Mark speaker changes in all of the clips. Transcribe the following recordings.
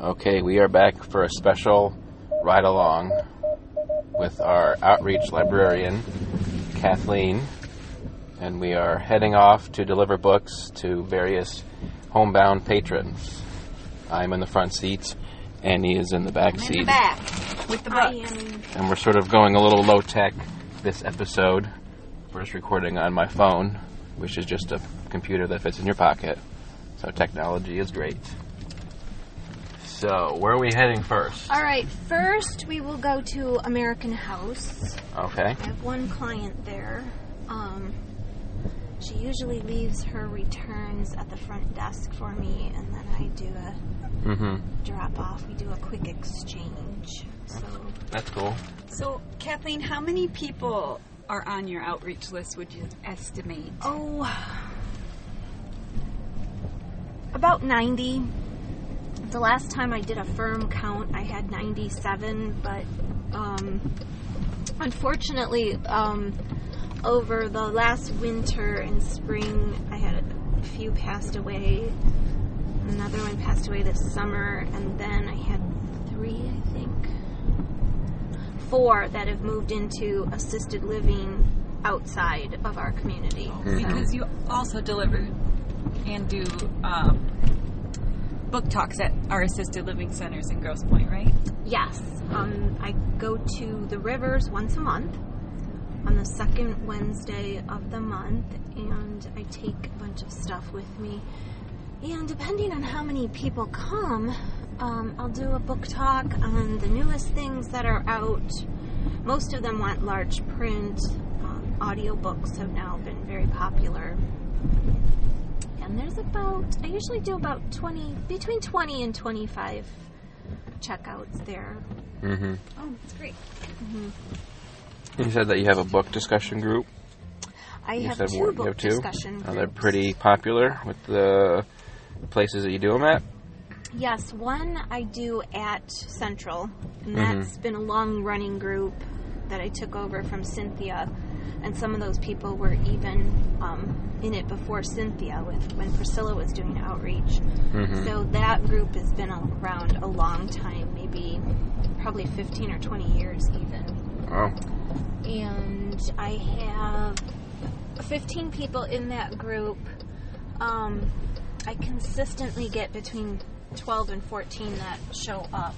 Speaker 1: Okay, we are back for a special ride along with our outreach librarian, Kathleen, and we are heading off to deliver books to various homebound patrons. I'm in the front seat, Annie is in the back
Speaker 2: I'm
Speaker 1: seat,
Speaker 2: in the back with the books.
Speaker 1: and we're sort of going a little low tech this episode. We're just recording on my phone, which is just a computer that fits in your pocket. So technology is great. So, where are we heading first?
Speaker 2: All right, first we will go to American House.
Speaker 1: Okay.
Speaker 2: I have one client there. Um, she usually leaves her returns at the front desk for me, and then I do a
Speaker 1: Mm-hmm.
Speaker 2: drop off. We do a quick exchange. So
Speaker 1: That's cool.
Speaker 3: So, Kathleen, how many people are on your outreach list would you estimate?
Speaker 2: Oh, about 90. The last time I did a firm count, I had 97, but um, unfortunately, um, over the last winter and spring, I had a few passed away. Another one passed away this summer, and then I had three, I think four that have moved into assisted living outside of our community.
Speaker 1: Mm-hmm.
Speaker 3: Because you also deliver and do um, book talks at our assisted living centers in Grosse Pointe, right?
Speaker 2: Yes, um, I go to the rivers once a month on the second Wednesday of the month, and I take a bunch of stuff with me. And depending on how many people come, um, I'll do a book talk on the newest things that are out. Most of them want large print. Um, audiobooks have now been very popular. And there's about, I usually do about 20, between 20 and 25 checkouts there.
Speaker 1: Mm-hmm.
Speaker 3: Oh, that's great.
Speaker 1: You said that you have a book discussion group.
Speaker 2: I
Speaker 1: you
Speaker 2: have
Speaker 1: said
Speaker 2: two
Speaker 1: one-
Speaker 2: book
Speaker 1: you have two.
Speaker 2: discussion
Speaker 1: Are
Speaker 2: groups.
Speaker 1: they pretty popular with the places that you do them at?
Speaker 2: Yes, one I do at Central,
Speaker 1: Mhm.
Speaker 2: and that's been a long running group that I took over from Cynthia. And some of those people were even um, in it before Cynthia, with, when Priscilla was doing outreach.
Speaker 1: Mm-hmm.
Speaker 2: So that group has been around a long time, maybe probably 15 or 20 years even.
Speaker 1: Oh,
Speaker 2: and I have 15 people in that group. Um, I consistently get between 12 and 14 that show up.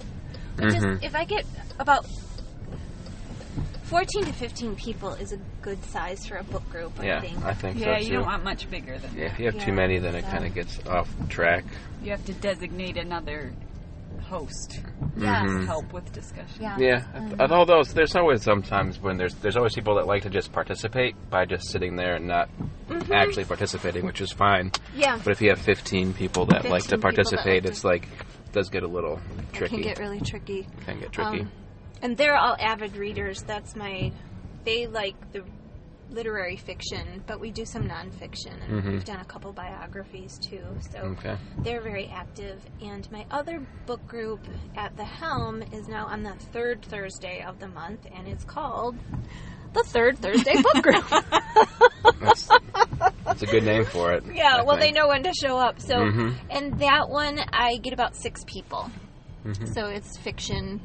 Speaker 2: But
Speaker 1: Mhm.
Speaker 2: Just if I get about 14 to 15 people is a good size for a book group. I
Speaker 1: yeah,
Speaker 2: think.
Speaker 1: I think
Speaker 3: Yeah,
Speaker 1: so
Speaker 3: you
Speaker 1: too.
Speaker 3: don't want much bigger than
Speaker 1: yeah, if you have too
Speaker 2: Yeah,
Speaker 1: many, then it
Speaker 2: so-
Speaker 1: kind of gets off track.
Speaker 3: You have to designate another host
Speaker 2: Yes.
Speaker 1: Mm-hmm.
Speaker 3: to help with discussion.
Speaker 2: Yeah.
Speaker 1: Yeah, and
Speaker 2: Uh-huh.
Speaker 1: although it's- there's always sometimes when there's there's always people that like to just participate by just sitting there and not
Speaker 2: Mhm.
Speaker 1: actually participating, which is fine.
Speaker 2: Yeah.
Speaker 1: But if you have 15 people that like
Speaker 2: 15
Speaker 1: to
Speaker 2: people that
Speaker 1: participate,
Speaker 2: like to-
Speaker 1: it's like does get a little
Speaker 2: It
Speaker 1: tricky.
Speaker 2: can get really tricky.
Speaker 1: Can get tricky.
Speaker 2: Um, and they're all avid readers. That's my. They like the literary fiction, but we do some nonfiction, and
Speaker 1: Mhm.
Speaker 2: we've done a couple biographies too. So
Speaker 1: okay.
Speaker 2: they're very active. And my other book group at the helm is now on the third Thursday of the month, and it's called the Third Thursday Book Group.
Speaker 1: That's, that's a good name for it.
Speaker 2: yeah,
Speaker 1: I
Speaker 2: well, they
Speaker 1: think.
Speaker 2: know when to show up. So,
Speaker 1: Mhm.
Speaker 2: and that one I get about six people.
Speaker 1: Mhm.
Speaker 2: So it's fiction.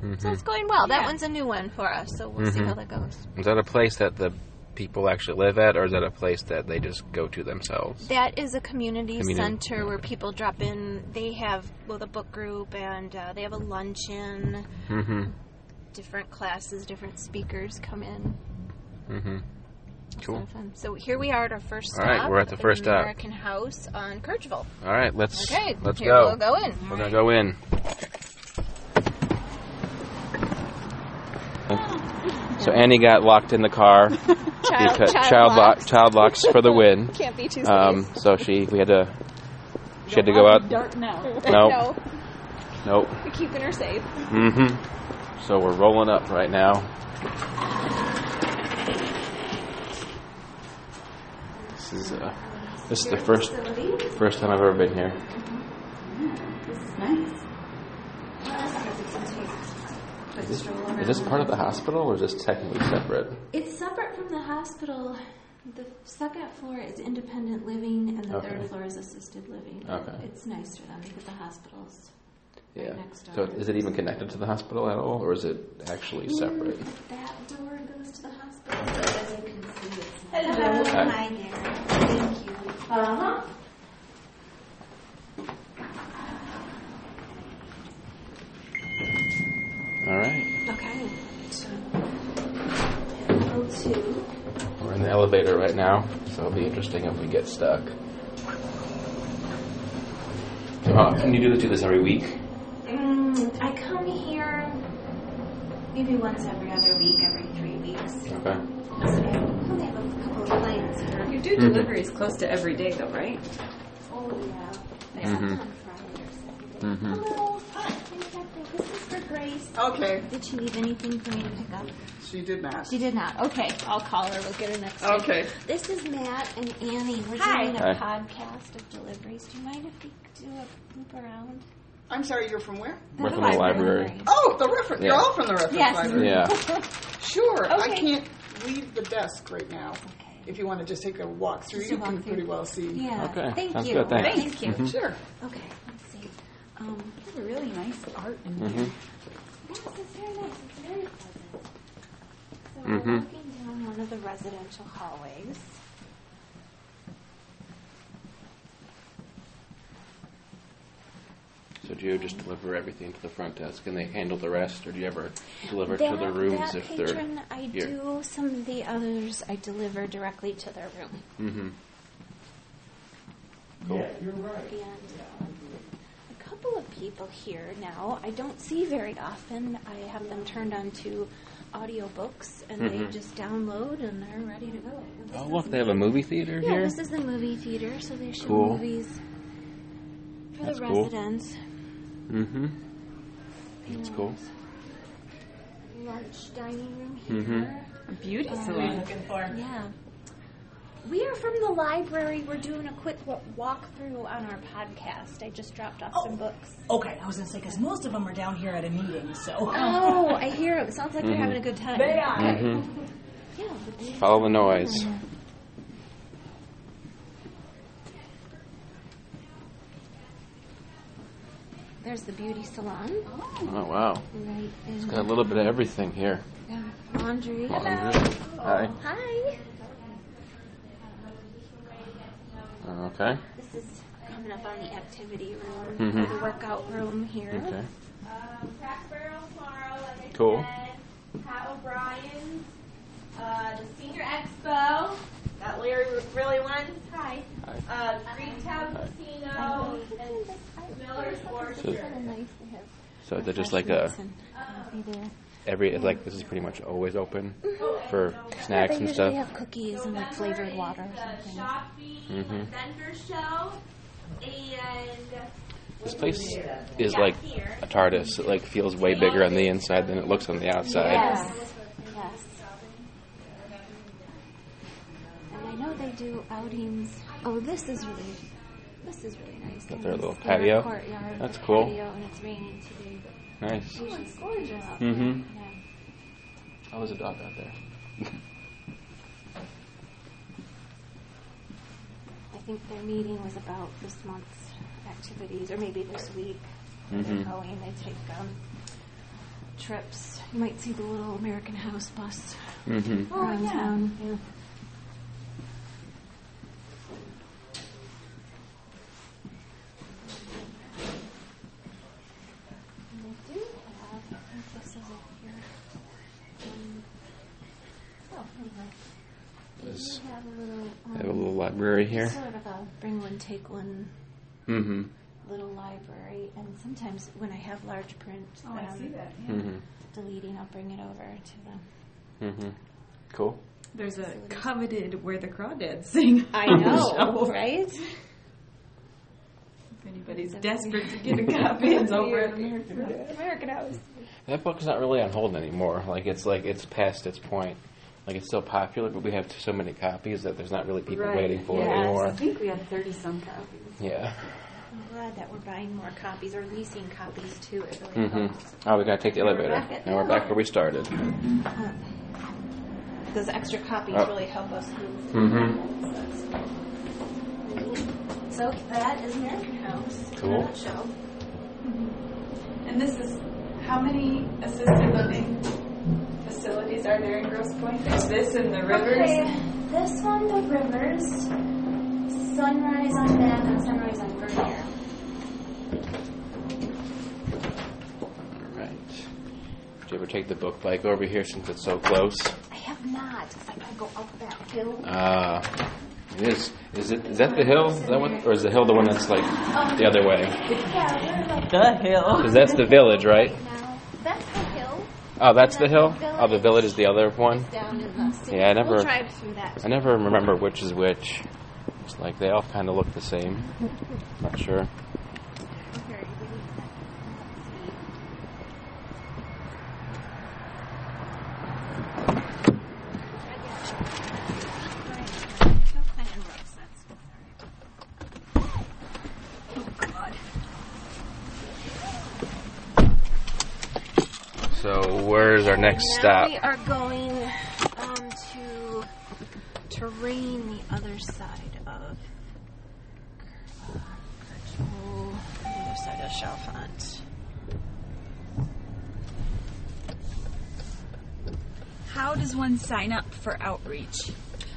Speaker 2: So
Speaker 1: Mhm.
Speaker 2: it's going well. That
Speaker 3: Yeah.
Speaker 2: one's a new one for us, so we'll see
Speaker 1: Mhm.
Speaker 2: how that goes.
Speaker 1: Is that a place that the people actually live at, or is that a place that they just go to themselves?
Speaker 2: That is a community,
Speaker 1: Community,
Speaker 2: center where
Speaker 1: okay.
Speaker 2: people drop in. They have well, the book group, and uh, they have a luncheon.
Speaker 1: Mm-hmm.
Speaker 2: Different classes, different speakers come in.
Speaker 1: Mm-hmm.
Speaker 2: It's
Speaker 1: Cool.
Speaker 2: kinda fun. So here we are at our first
Speaker 1: All
Speaker 2: stop.
Speaker 1: right, we're at the first stop.
Speaker 2: American House on Kirchville.
Speaker 1: All right, let's
Speaker 2: Okay,
Speaker 1: let's
Speaker 2: here
Speaker 1: go.
Speaker 2: We'll go in.
Speaker 1: We're gonna go in. So Annie got locked in the car
Speaker 2: Child,
Speaker 1: because
Speaker 2: child,
Speaker 1: lock-
Speaker 2: locks.
Speaker 1: child locks for the win.
Speaker 2: Can't be too
Speaker 1: Um,
Speaker 2: space.
Speaker 1: so she we had to she had to go out.
Speaker 3: Dark now.
Speaker 1: Nope. Nope.
Speaker 2: we're keeping her safe.
Speaker 1: Mm-hmm. So we're rolling up right now. This is uh, this is the first first time I've ever been here. Is this part of the hospital or is this technically separate?
Speaker 2: It's separate from the hospital. The second floor is independent living, and the
Speaker 1: Okay.
Speaker 2: third floor is assisted living.
Speaker 1: Okay.
Speaker 2: It's nicer than because the hospital's
Speaker 1: Yeah.
Speaker 2: next
Speaker 1: So
Speaker 2: door. Mm.
Speaker 1: is it even connected to the hospital at all, or is it actually separate?
Speaker 2: That door goes to the hospital. so you can see it's- Hello. Hi there. Thank you. Uh-huh.
Speaker 1: All right.
Speaker 2: Okay. So, level two.
Speaker 1: We're in the elevator right now, so it'll be interesting if we get stuck. Uh, can you do do this every week?
Speaker 2: Mm, I come here maybe once every other week, every three weeks.
Speaker 1: Okay.
Speaker 2: So I only have a couple of clients here.
Speaker 3: You do
Speaker 1: Mhm.
Speaker 3: deliveries close to every day, though, right?
Speaker 2: Oh, yeah.
Speaker 1: Mhm.
Speaker 2: On Friday or Saturday.
Speaker 1: Mm-hmm.
Speaker 2: Hello. Hi, Inspector. This is for Grace.
Speaker 4: Okay,
Speaker 2: Did she leave anything for me to pick up?
Speaker 4: she did not. Oh.
Speaker 2: She did not. Okay, I'll call her. We'll get her next time.
Speaker 4: Okay.
Speaker 2: This is Matt and Annie. We're
Speaker 3: Hi.
Speaker 2: doing
Speaker 1: Hi.
Speaker 2: a podcast of deliveries. Do you mind if we do a loop around?
Speaker 4: I'm sorry, you're from where?
Speaker 1: We're from the library.
Speaker 4: Oh, the reference. You're
Speaker 1: Yeah.
Speaker 4: all from the reference
Speaker 2: Yes.
Speaker 4: library.
Speaker 1: Yeah.
Speaker 4: Sure. I
Speaker 2: Okay.
Speaker 4: can't leave the desk right now.
Speaker 2: Okay.
Speaker 4: If you want to just take a walk through,
Speaker 2: Just a
Speaker 4: you can
Speaker 2: walk
Speaker 4: pretty
Speaker 2: through.
Speaker 4: well see.
Speaker 2: Yeah.
Speaker 1: Okay,
Speaker 2: Thank
Speaker 1: sounds
Speaker 2: you.
Speaker 1: good, thanks.
Speaker 3: Thank you.
Speaker 4: Sure.
Speaker 2: Okay. Let's see. Um,
Speaker 3: They have a really nice art in
Speaker 1: Mhm.
Speaker 3: there.
Speaker 2: yes, it's very nice. It's very pleasant. So we're
Speaker 1: Mhm.
Speaker 2: walking down one of the residential hallways.
Speaker 1: So do you just deliver everything to the front desk, and they handle the rest, or do you ever deliver to
Speaker 2: that,
Speaker 1: the rooms
Speaker 2: that
Speaker 1: if they're?
Speaker 2: patron, I
Speaker 1: here.
Speaker 2: do. Some of the others, I deliver directly to their room.
Speaker 1: Mm-hmm.
Speaker 2: and um, a couple of people here now I don't see very often. I have them turned on to audiobooks and they
Speaker 1: Mhm.
Speaker 2: just download and they're ready to go. This
Speaker 1: Oh
Speaker 2: is-
Speaker 1: look, they have a movie theater
Speaker 2: yeah,
Speaker 1: here.
Speaker 2: this is the movie theater, so they show
Speaker 1: Cool.
Speaker 2: movies for
Speaker 1: That's
Speaker 2: the
Speaker 1: cool.
Speaker 2: residents.
Speaker 1: mm-hmm. That's cool.
Speaker 2: Lunch dining room here.
Speaker 1: Mhm.
Speaker 3: A beauty salon.
Speaker 2: Yeah. We are from the library. We're doing a quick wa- walkthrough on our podcast. I just dropped off some books.
Speaker 5: Okay, I was gonna say because most of them are down here at a meeting, so
Speaker 2: Oh, I hear it. Sounds like they're having a good time.
Speaker 5: they are.
Speaker 1: Mm-hmm.
Speaker 2: Yeah, but they-
Speaker 1: Follow the noise.
Speaker 2: There's the beauty salon.
Speaker 1: Oh wow,
Speaker 2: Right in
Speaker 1: got a little bit of everything here.
Speaker 2: yeah. laundry.
Speaker 1: Laundry. Hi.
Speaker 2: Hi.
Speaker 1: Okay.
Speaker 2: This is coming up on the activity room,
Speaker 1: Mhm.
Speaker 2: the workout room here.
Speaker 1: Okay.
Speaker 6: Um, Cracker Barrel tomorrow, like I
Speaker 1: Cool.
Speaker 6: said. Pat O'Brien's, uh, the Senior Expo that Larry really wants. Hi.
Speaker 1: Hi.
Speaker 6: Uh, Greentown Casino and Miller's
Speaker 1: So,
Speaker 6: Orchard.
Speaker 2: Kind of nice to have
Speaker 1: so they're just like a
Speaker 2: refreshments and coffee there.
Speaker 1: every it's like this is pretty much always open for
Speaker 2: They
Speaker 1: snacks and
Speaker 2: usually
Speaker 1: stuff.
Speaker 2: have cookies and like flavored water or
Speaker 6: The
Speaker 2: something.
Speaker 6: Shopping
Speaker 1: Mhm.
Speaker 6: Vendor Show and
Speaker 1: This place is
Speaker 6: yeah,
Speaker 1: like
Speaker 6: here.
Speaker 1: a TARDIS. It like feels way bigger on the inside than it looks on the outside.
Speaker 2: Yes. Yes. And I know they do outings. Oh, this is really, this is really nice.
Speaker 1: Got
Speaker 2: They
Speaker 1: their
Speaker 2: have
Speaker 1: little
Speaker 2: this inner
Speaker 1: patio.
Speaker 2: courtyard
Speaker 1: That's cool.
Speaker 2: Patio, and it's raining today.
Speaker 1: Nice.
Speaker 2: Oh, it's gorgeous.
Speaker 1: Mm-hmm.
Speaker 2: Yeah.
Speaker 1: Oh, there's a dog out there.
Speaker 2: I think their meeting was about this month's activities, or maybe this week. They're
Speaker 1: Mhm.
Speaker 2: Going, they take um, trips. You might see the little American House bus
Speaker 1: Mm-hmm.
Speaker 2: around town. Yeah. And they do have, I think this is it here. Um, oh, here we go. They
Speaker 1: This-
Speaker 2: do have a little. Um,
Speaker 1: They have a little library here.
Speaker 2: Sort of a bring one, take one
Speaker 1: Mm-hmm.
Speaker 2: little library, and sometimes when I have large print,
Speaker 3: Oh,
Speaker 2: um,
Speaker 1: Mm-hmm.
Speaker 2: deleting, I'll bring it over to them.
Speaker 1: Mm-hmm. Cool.
Speaker 3: There's a coveted Where the Crawdads Sing.
Speaker 2: I
Speaker 3: know,
Speaker 2: right?
Speaker 3: If anybody's desperate to get a copy, it's over at American House.
Speaker 2: American House.
Speaker 1: That book's not really on hold anymore. Like it's like it's past its point. Like it's still popular, but we have so many copies that there's not really people waiting for it anymore.
Speaker 3: think we had 30 some copies.
Speaker 1: Yeah.
Speaker 2: I'm glad that we're buying more copies or leasing copies too. It really
Speaker 1: Mm-hmm.
Speaker 2: helps.
Speaker 1: Oh, we gotta take the elevator.
Speaker 2: back at the
Speaker 1: now we're back where we started.
Speaker 2: Those extra copies
Speaker 1: Oh.
Speaker 2: really help us
Speaker 6: Hmm.
Speaker 2: move.
Speaker 1: Mhm.
Speaker 2: So that is American House.
Speaker 1: Cool.
Speaker 2: Show.
Speaker 7: And this is how many assisted living facilities are there in Gross Point? There's this in the
Speaker 6: Okay,
Speaker 7: rivers.
Speaker 6: this one, the rivers, sunrise on them and sunrise on Vernier.
Speaker 1: All right. Did you ever take the book bike over here since it's so close?
Speaker 6: I have not, because I gotta go up that hill.
Speaker 1: Uh, it is. Is it? Is that the hill? That one, or is the hill the one that's like the other way?
Speaker 6: Yeah, we're like
Speaker 5: The hill.
Speaker 1: Because that's the village, right?
Speaker 6: now. That's the hill
Speaker 1: Oh, that's the hill. Oh, the village is the other one.
Speaker 6: down in the city.
Speaker 1: Yeah, I never-
Speaker 6: We'll drive through that.
Speaker 1: I never remember which is which. It's like they all kind of look the same. Not sure.
Speaker 6: Okay, we need that.
Speaker 1: So where's our next
Speaker 2: Now
Speaker 1: stop?
Speaker 2: we are going um, to terrain the other side of Kirchhoff, the other side of Chalfont.
Speaker 3: How does one sign up for outreach?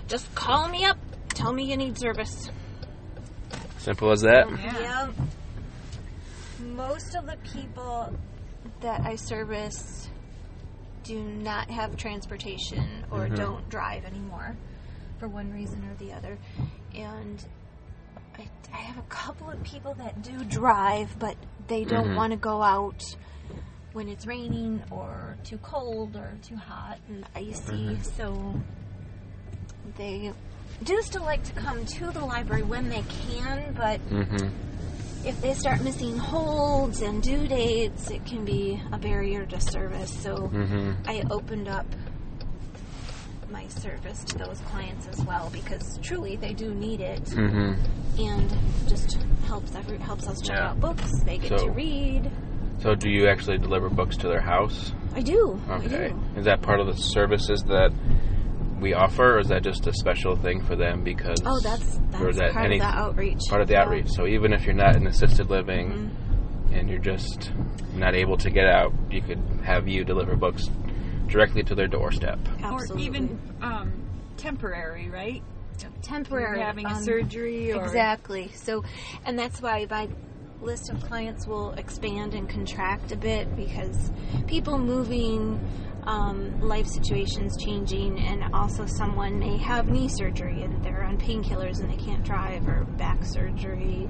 Speaker 2: Just call me up. Tell me you need service.
Speaker 1: Simple as that.
Speaker 2: Yep. Most of the people that I service do not have transportation or don't drive anymore for one reason or the other. And I, I have a couple of people that do drive, but they don't want to go out when it's raining or too cold or too hot and icy. So they do still like to come to the library when they can, but
Speaker 1: Mm-hmm.
Speaker 2: if they start missing holds and due dates, it can be a barrier to service. So
Speaker 1: Mm-hmm.
Speaker 2: I opened up my service to those clients as well because truly they do need it
Speaker 1: Mm-hmm.
Speaker 2: and just helps every helps us check
Speaker 1: Yeah.
Speaker 2: out books. They get
Speaker 1: So-
Speaker 2: to read.
Speaker 1: So, do you actually deliver books to their house?
Speaker 2: I do. I
Speaker 1: Okay.
Speaker 2: do.
Speaker 1: Is that part of the services that we offer, or is that just a special thing for them? Because
Speaker 2: Oh, that's
Speaker 1: or
Speaker 2: that's
Speaker 1: is that
Speaker 2: part
Speaker 1: any
Speaker 2: of the outreach.
Speaker 1: part of the
Speaker 2: Yeah. Mm-hmm.
Speaker 1: outreach? So, even if you're not in assisted living and you're just not able to get out, you could have you deliver books directly to their doorstep.
Speaker 2: Absolutely.
Speaker 3: Or even um, temporary, right?
Speaker 2: temporary
Speaker 3: You're having a
Speaker 2: um,
Speaker 3: surgery or
Speaker 2: Exactly. So, and that's why my list of clients will expand and contract a bit because people moving, um, life situations changing, and also someone may have knee surgery and they're on painkillers and they can't drive, or back surgery,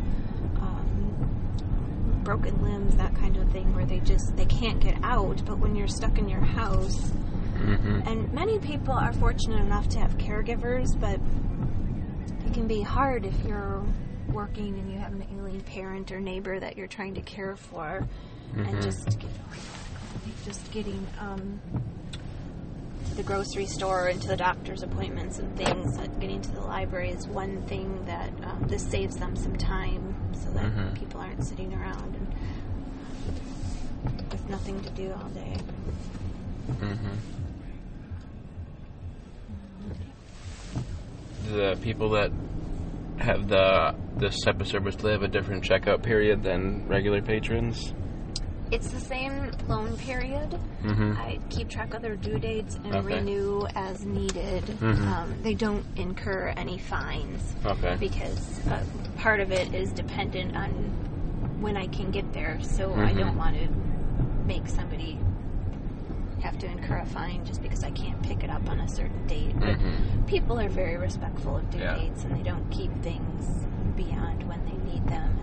Speaker 2: um, broken limbs, that kind of thing, where they just they can't get out. But when you're stuck in your house,
Speaker 1: Mm-hmm.
Speaker 2: and many people are fortunate enough to have caregivers, but it can be hard if you're working and you have an ailing parent or neighbor that you're trying to care for, and just get- just getting um, to the grocery store and to the doctor's appointments and things. Like getting to the library is one thing that um, this saves them some time, so that
Speaker 1: Mhm.
Speaker 2: people aren't sitting around and uh, with nothing to do all day.
Speaker 1: Mm-hmm. The people that have the this type of service, do they have a different checkout period than regular patrons?
Speaker 2: It's the same loan period.
Speaker 1: Mm-hmm.
Speaker 2: I keep track of their due dates and
Speaker 1: Okay.
Speaker 2: renew as needed.
Speaker 1: Mhm.
Speaker 2: Um, they don't incur any fines
Speaker 1: Okay.
Speaker 2: because uh, part of it is dependent on when I can get there. So I
Speaker 1: Mhm.
Speaker 2: don't want to make somebody have to incur a fine just because I can't pick it up on a certain date. But
Speaker 1: Mm-hmm.
Speaker 2: people are very respectful of due
Speaker 1: Yeah.
Speaker 2: dates and they don't keep things beyond when they need them.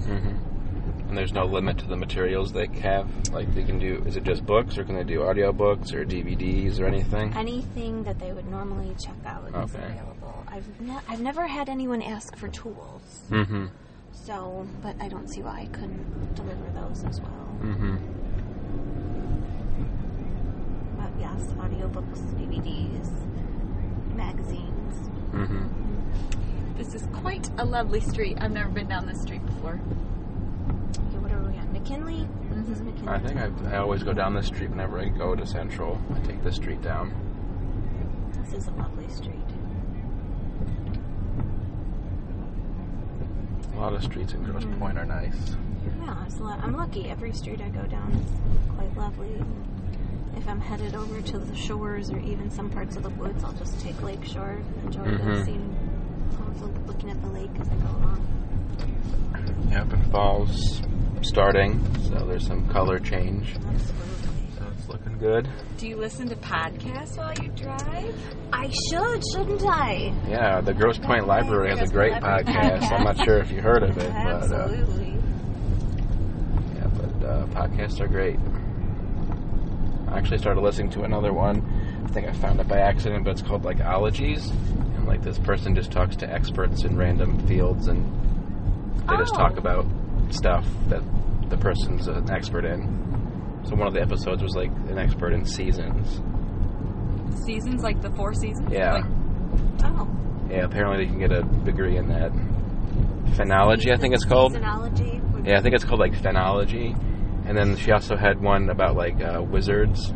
Speaker 1: Mm-hmm. And there's no limit to the materials they have. Like they can do, is it just books, or can they do audio books or DVDs or anything?
Speaker 2: Anything that they would normally check out is
Speaker 1: Okay.
Speaker 2: available. I've, ne- I've never had anyone ask for tools.
Speaker 1: Mm-hmm.
Speaker 2: So, but I don't see why I couldn't deliver those as well.
Speaker 1: Mm-hmm.
Speaker 2: But yes, audiobooks, DVDs, magazines.
Speaker 1: Mm-hmm.
Speaker 3: This is quite a lovely street. I've never been down this street before.
Speaker 2: Okay, what are we on? McKinley? This is McKinley.
Speaker 1: I think I, I always go down this street whenever I go to Central. I take this street down.
Speaker 2: This is a lovely street.
Speaker 1: Well, lot of streets in Grosse Pointe are nice.
Speaker 2: Yeah, it's lo- I'm lucky. Every street I go down is quite lovely. And if I'm headed over to the shores or even some parts of the woods, I'll just take Lake Shore and enjoy
Speaker 1: Mhm.
Speaker 2: the scene. I was look- looking at the lake as I go along.
Speaker 1: Yep, and fall's starting, so there's some color change.
Speaker 2: Absolutely.
Speaker 1: So it's looking good.
Speaker 3: Do you listen to podcasts while you drive?
Speaker 2: I should, shouldn't I?
Speaker 1: Yeah, the Grosse Pointe Library has a great podcast. I'm not sure if you heard of it, but uh,
Speaker 2: Absolutely.
Speaker 1: Yeah, but uh, podcasts are great. I actually started listening to another one. I think I found it by accident, but it's called like Ologies, and like this person just talks to experts in random fields, and they just
Speaker 2: Oh.
Speaker 1: talk about stuff that the person's an expert in. So one of the episodes was like an expert in seasons.
Speaker 3: Seasons like the four seasons?
Speaker 1: Yeah,
Speaker 3: Like,
Speaker 2: Oh,
Speaker 1: yeah. Apparently, they can get a degree in that. Phenology, I think it's called.
Speaker 2: Phenology.
Speaker 1: Yeah, I think it's called like phenology. And then she also had one about like uh, wizards,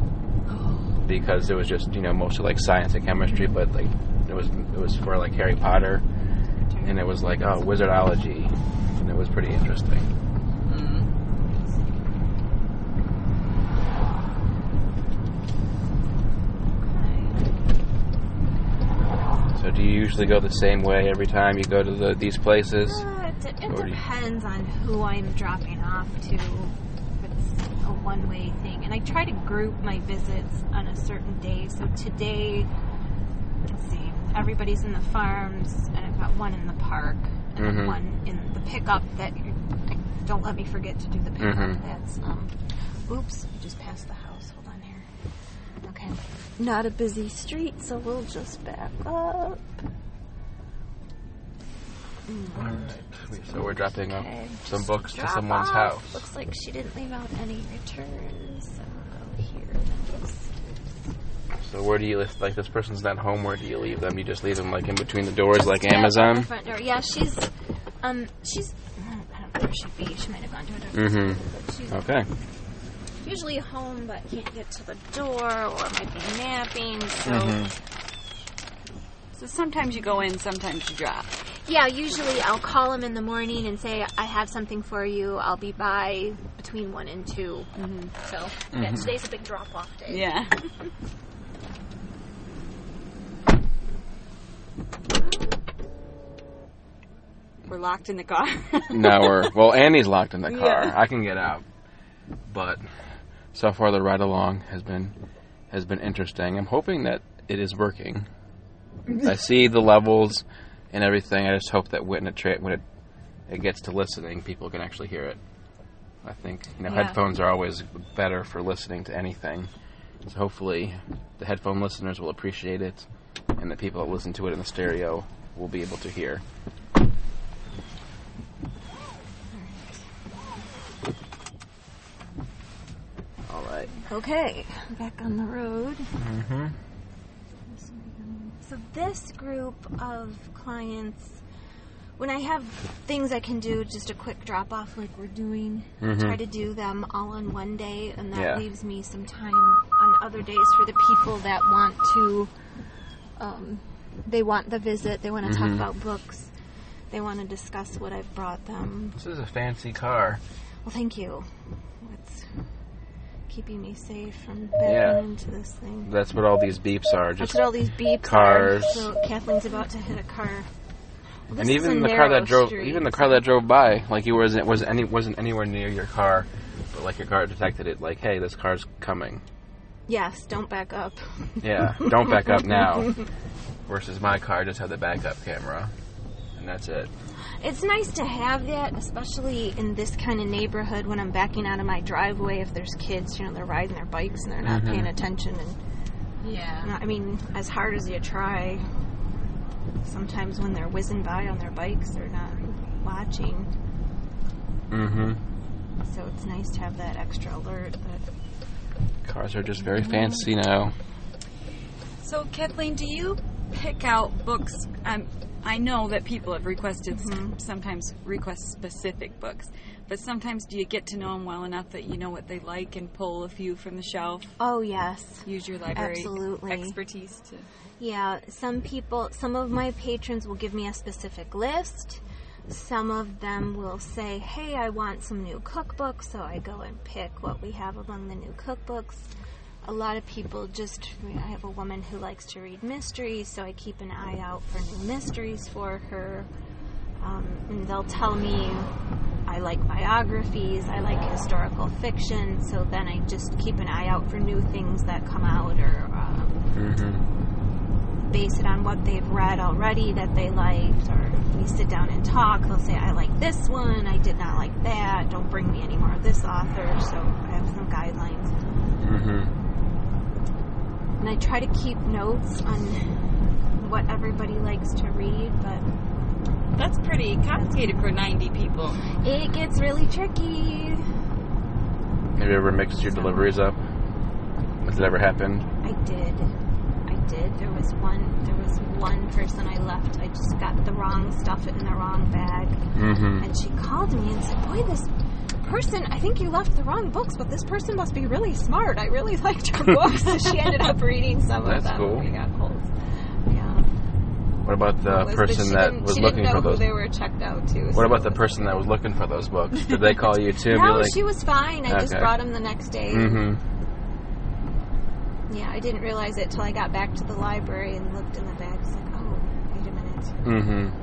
Speaker 1: because it was just you know mostly like science and chemistry, but like it was it was for like Harry Potter, and it was like oh wizardology, and it was pretty interesting.
Speaker 3: hmm.
Speaker 1: So do you usually go the same way every time you go to the, these places?
Speaker 2: Uh, it, de- it
Speaker 1: Or do you-
Speaker 2: depends on who I'm dropping off to. If it's a one way thing. And I try to group my visits on a certain day. So today, let's see, everybody's in the farms, and I've got one in the park, and
Speaker 1: Mhm.
Speaker 2: one in the pickup that you, don't let me forget to do the pickup.
Speaker 1: Mhm.
Speaker 2: That's, um, oops, I just passed the house. Hold on here. Okay. Not a busy street, so we'll just back up.
Speaker 1: So we're dropping off
Speaker 2: Okay.
Speaker 1: some books to
Speaker 2: drop
Speaker 1: someone's
Speaker 2: off.
Speaker 1: house.
Speaker 2: Looks like she didn't leave out any returns, so we'll go here. and just-
Speaker 1: So where do you if like this person's not home? Where do you leave them? You just leave them like in between the doors, like
Speaker 2: Yeah, the
Speaker 1: Amazon.
Speaker 2: front door. Yeah, she's, um, she's. I don't know where she'd be. She might have gone to a different
Speaker 1: Mhm.
Speaker 2: school, but she's
Speaker 1: Okay. Oh.
Speaker 2: usually home, but can't get to the door, or might be napping. So
Speaker 1: Mm-hmm.
Speaker 3: so sometimes you go in, sometimes you drop.
Speaker 2: yeah, usually I'll call him in the morning and say I have something for you. I'll be by between one and 2 So yeah,
Speaker 1: Mm-hmm.
Speaker 2: today's a big drop-off day.
Speaker 3: Yeah. We're locked in the car.
Speaker 1: Now we're well. Annie's locked in the
Speaker 3: Yeah.
Speaker 1: car. I can get out, but so far the ride along has been has been interesting. I'm hoping that it is working. I see the levels and everything. I just hope that when it tra- when it, it gets to listening, people can actually hear it. I think you know
Speaker 3: Yeah.
Speaker 1: headphones are always better for listening to anything. So hopefully, the headphone listeners will appreciate it, and the people that listen to it in the stereo will be able to hear. All right.
Speaker 2: Okay, back on the road. So this group of clients, when I have things I can do, just a quick drop off like we're doing, I try to do them all in one day, and that
Speaker 1: Yeah.
Speaker 2: leaves me some time on other days for the people that want to. Um, they want the visit. They want to talk about books. They want to discuss what I've brought them.
Speaker 1: This is a fancy car.
Speaker 2: Well, thank you. It's keeping me safe from backing
Speaker 1: Yeah.
Speaker 2: into this thing.
Speaker 1: That's what all these beeps are.
Speaker 2: That's
Speaker 1: Just
Speaker 2: what all these beeps
Speaker 1: cars.
Speaker 2: are. So Kathleen's about to hit a car.
Speaker 1: and
Speaker 2: Well, this is
Speaker 1: even
Speaker 2: a
Speaker 1: the car
Speaker 2: narrow
Speaker 1: that drove,
Speaker 2: street.
Speaker 1: even the car that drove by, like you wasn't was any wasn't anywhere near your car, but like your car detected it. Like, hey, this car's coming.
Speaker 2: Yes, don't back up.
Speaker 1: Yeah, don't back up now. Versus my car just had the backup camera, and that's it.
Speaker 2: It's nice to have that, especially in this kind of neighborhood when I'm backing out of my driveway. If there's kids, you know, they're riding their bikes and they're not
Speaker 1: Mm-hmm.
Speaker 2: paying attention. And
Speaker 3: yeah.
Speaker 2: not, I mean, as hard as you try, sometimes when they're whizzing by on their bikes, they're not watching.
Speaker 1: Mm-hmm.
Speaker 2: So it's nice to have that extra alert. That
Speaker 1: Cars are just very fancy now.
Speaker 3: So, Kathleen, do you pick out books? Um, I know that people have requested, sometimes request specific books, but sometimes do you get to know them well enough that you know what they like and pull a few from the shelf,
Speaker 2: oh yes,
Speaker 3: use your library
Speaker 2: Absolutely.
Speaker 3: expertise to.
Speaker 2: yeah. Some people, some of my patrons will give me a specific list. Some of them will say, Hey, I want some new cookbooks, so I go and pick what we have among the new cookbooks. A lot of people just, I have a woman who likes to read mysteries, so I keep an eye out for new mysteries for her. Um, and they'll tell me I like biographies, I like historical fiction, so then I just keep an eye out for new things that come out or um,
Speaker 1: Mm-hmm.
Speaker 2: base it on what they've read already that they liked. Or we sit down and talk, they'll say, I like this one, I did not like that, don't bring me any more of this author, so I have some guidelines.
Speaker 1: Mm-hmm.
Speaker 2: And I try to keep notes on what everybody likes to read, but
Speaker 3: That's pretty complicated for 90 people.
Speaker 2: it gets really tricky.
Speaker 1: Have you ever mixed your deliveries up? Has it ever happened?
Speaker 2: I did. I did. There was one. There was one person I left. I just got the wrong stuff in the wrong bag,
Speaker 1: Mm-hmm.
Speaker 2: and she called me and said, "Boy, this person. I think you left the wrong books, but this person must be really smart. I really liked your books." so she ended up reading some
Speaker 1: That's
Speaker 2: of them.
Speaker 1: cool.
Speaker 2: We got colds. Yeah.
Speaker 1: What about the
Speaker 2: It was- but
Speaker 1: person
Speaker 2: she
Speaker 1: that
Speaker 2: didn't-
Speaker 1: was
Speaker 2: she
Speaker 1: looking
Speaker 2: didn't
Speaker 1: for
Speaker 2: know
Speaker 1: those?
Speaker 2: Who they were checked out to.
Speaker 1: What about the person that was looking for those books? Did they call you too? and be
Speaker 2: No,
Speaker 1: like,
Speaker 2: she was fine. I just
Speaker 1: Okay.
Speaker 2: brought him the next day.
Speaker 1: Mm-hmm.
Speaker 2: Yeah, I didn't realize it till I got back to the library and looked in the bag. It's like, oh, wait a minute.
Speaker 1: Mm-hmm.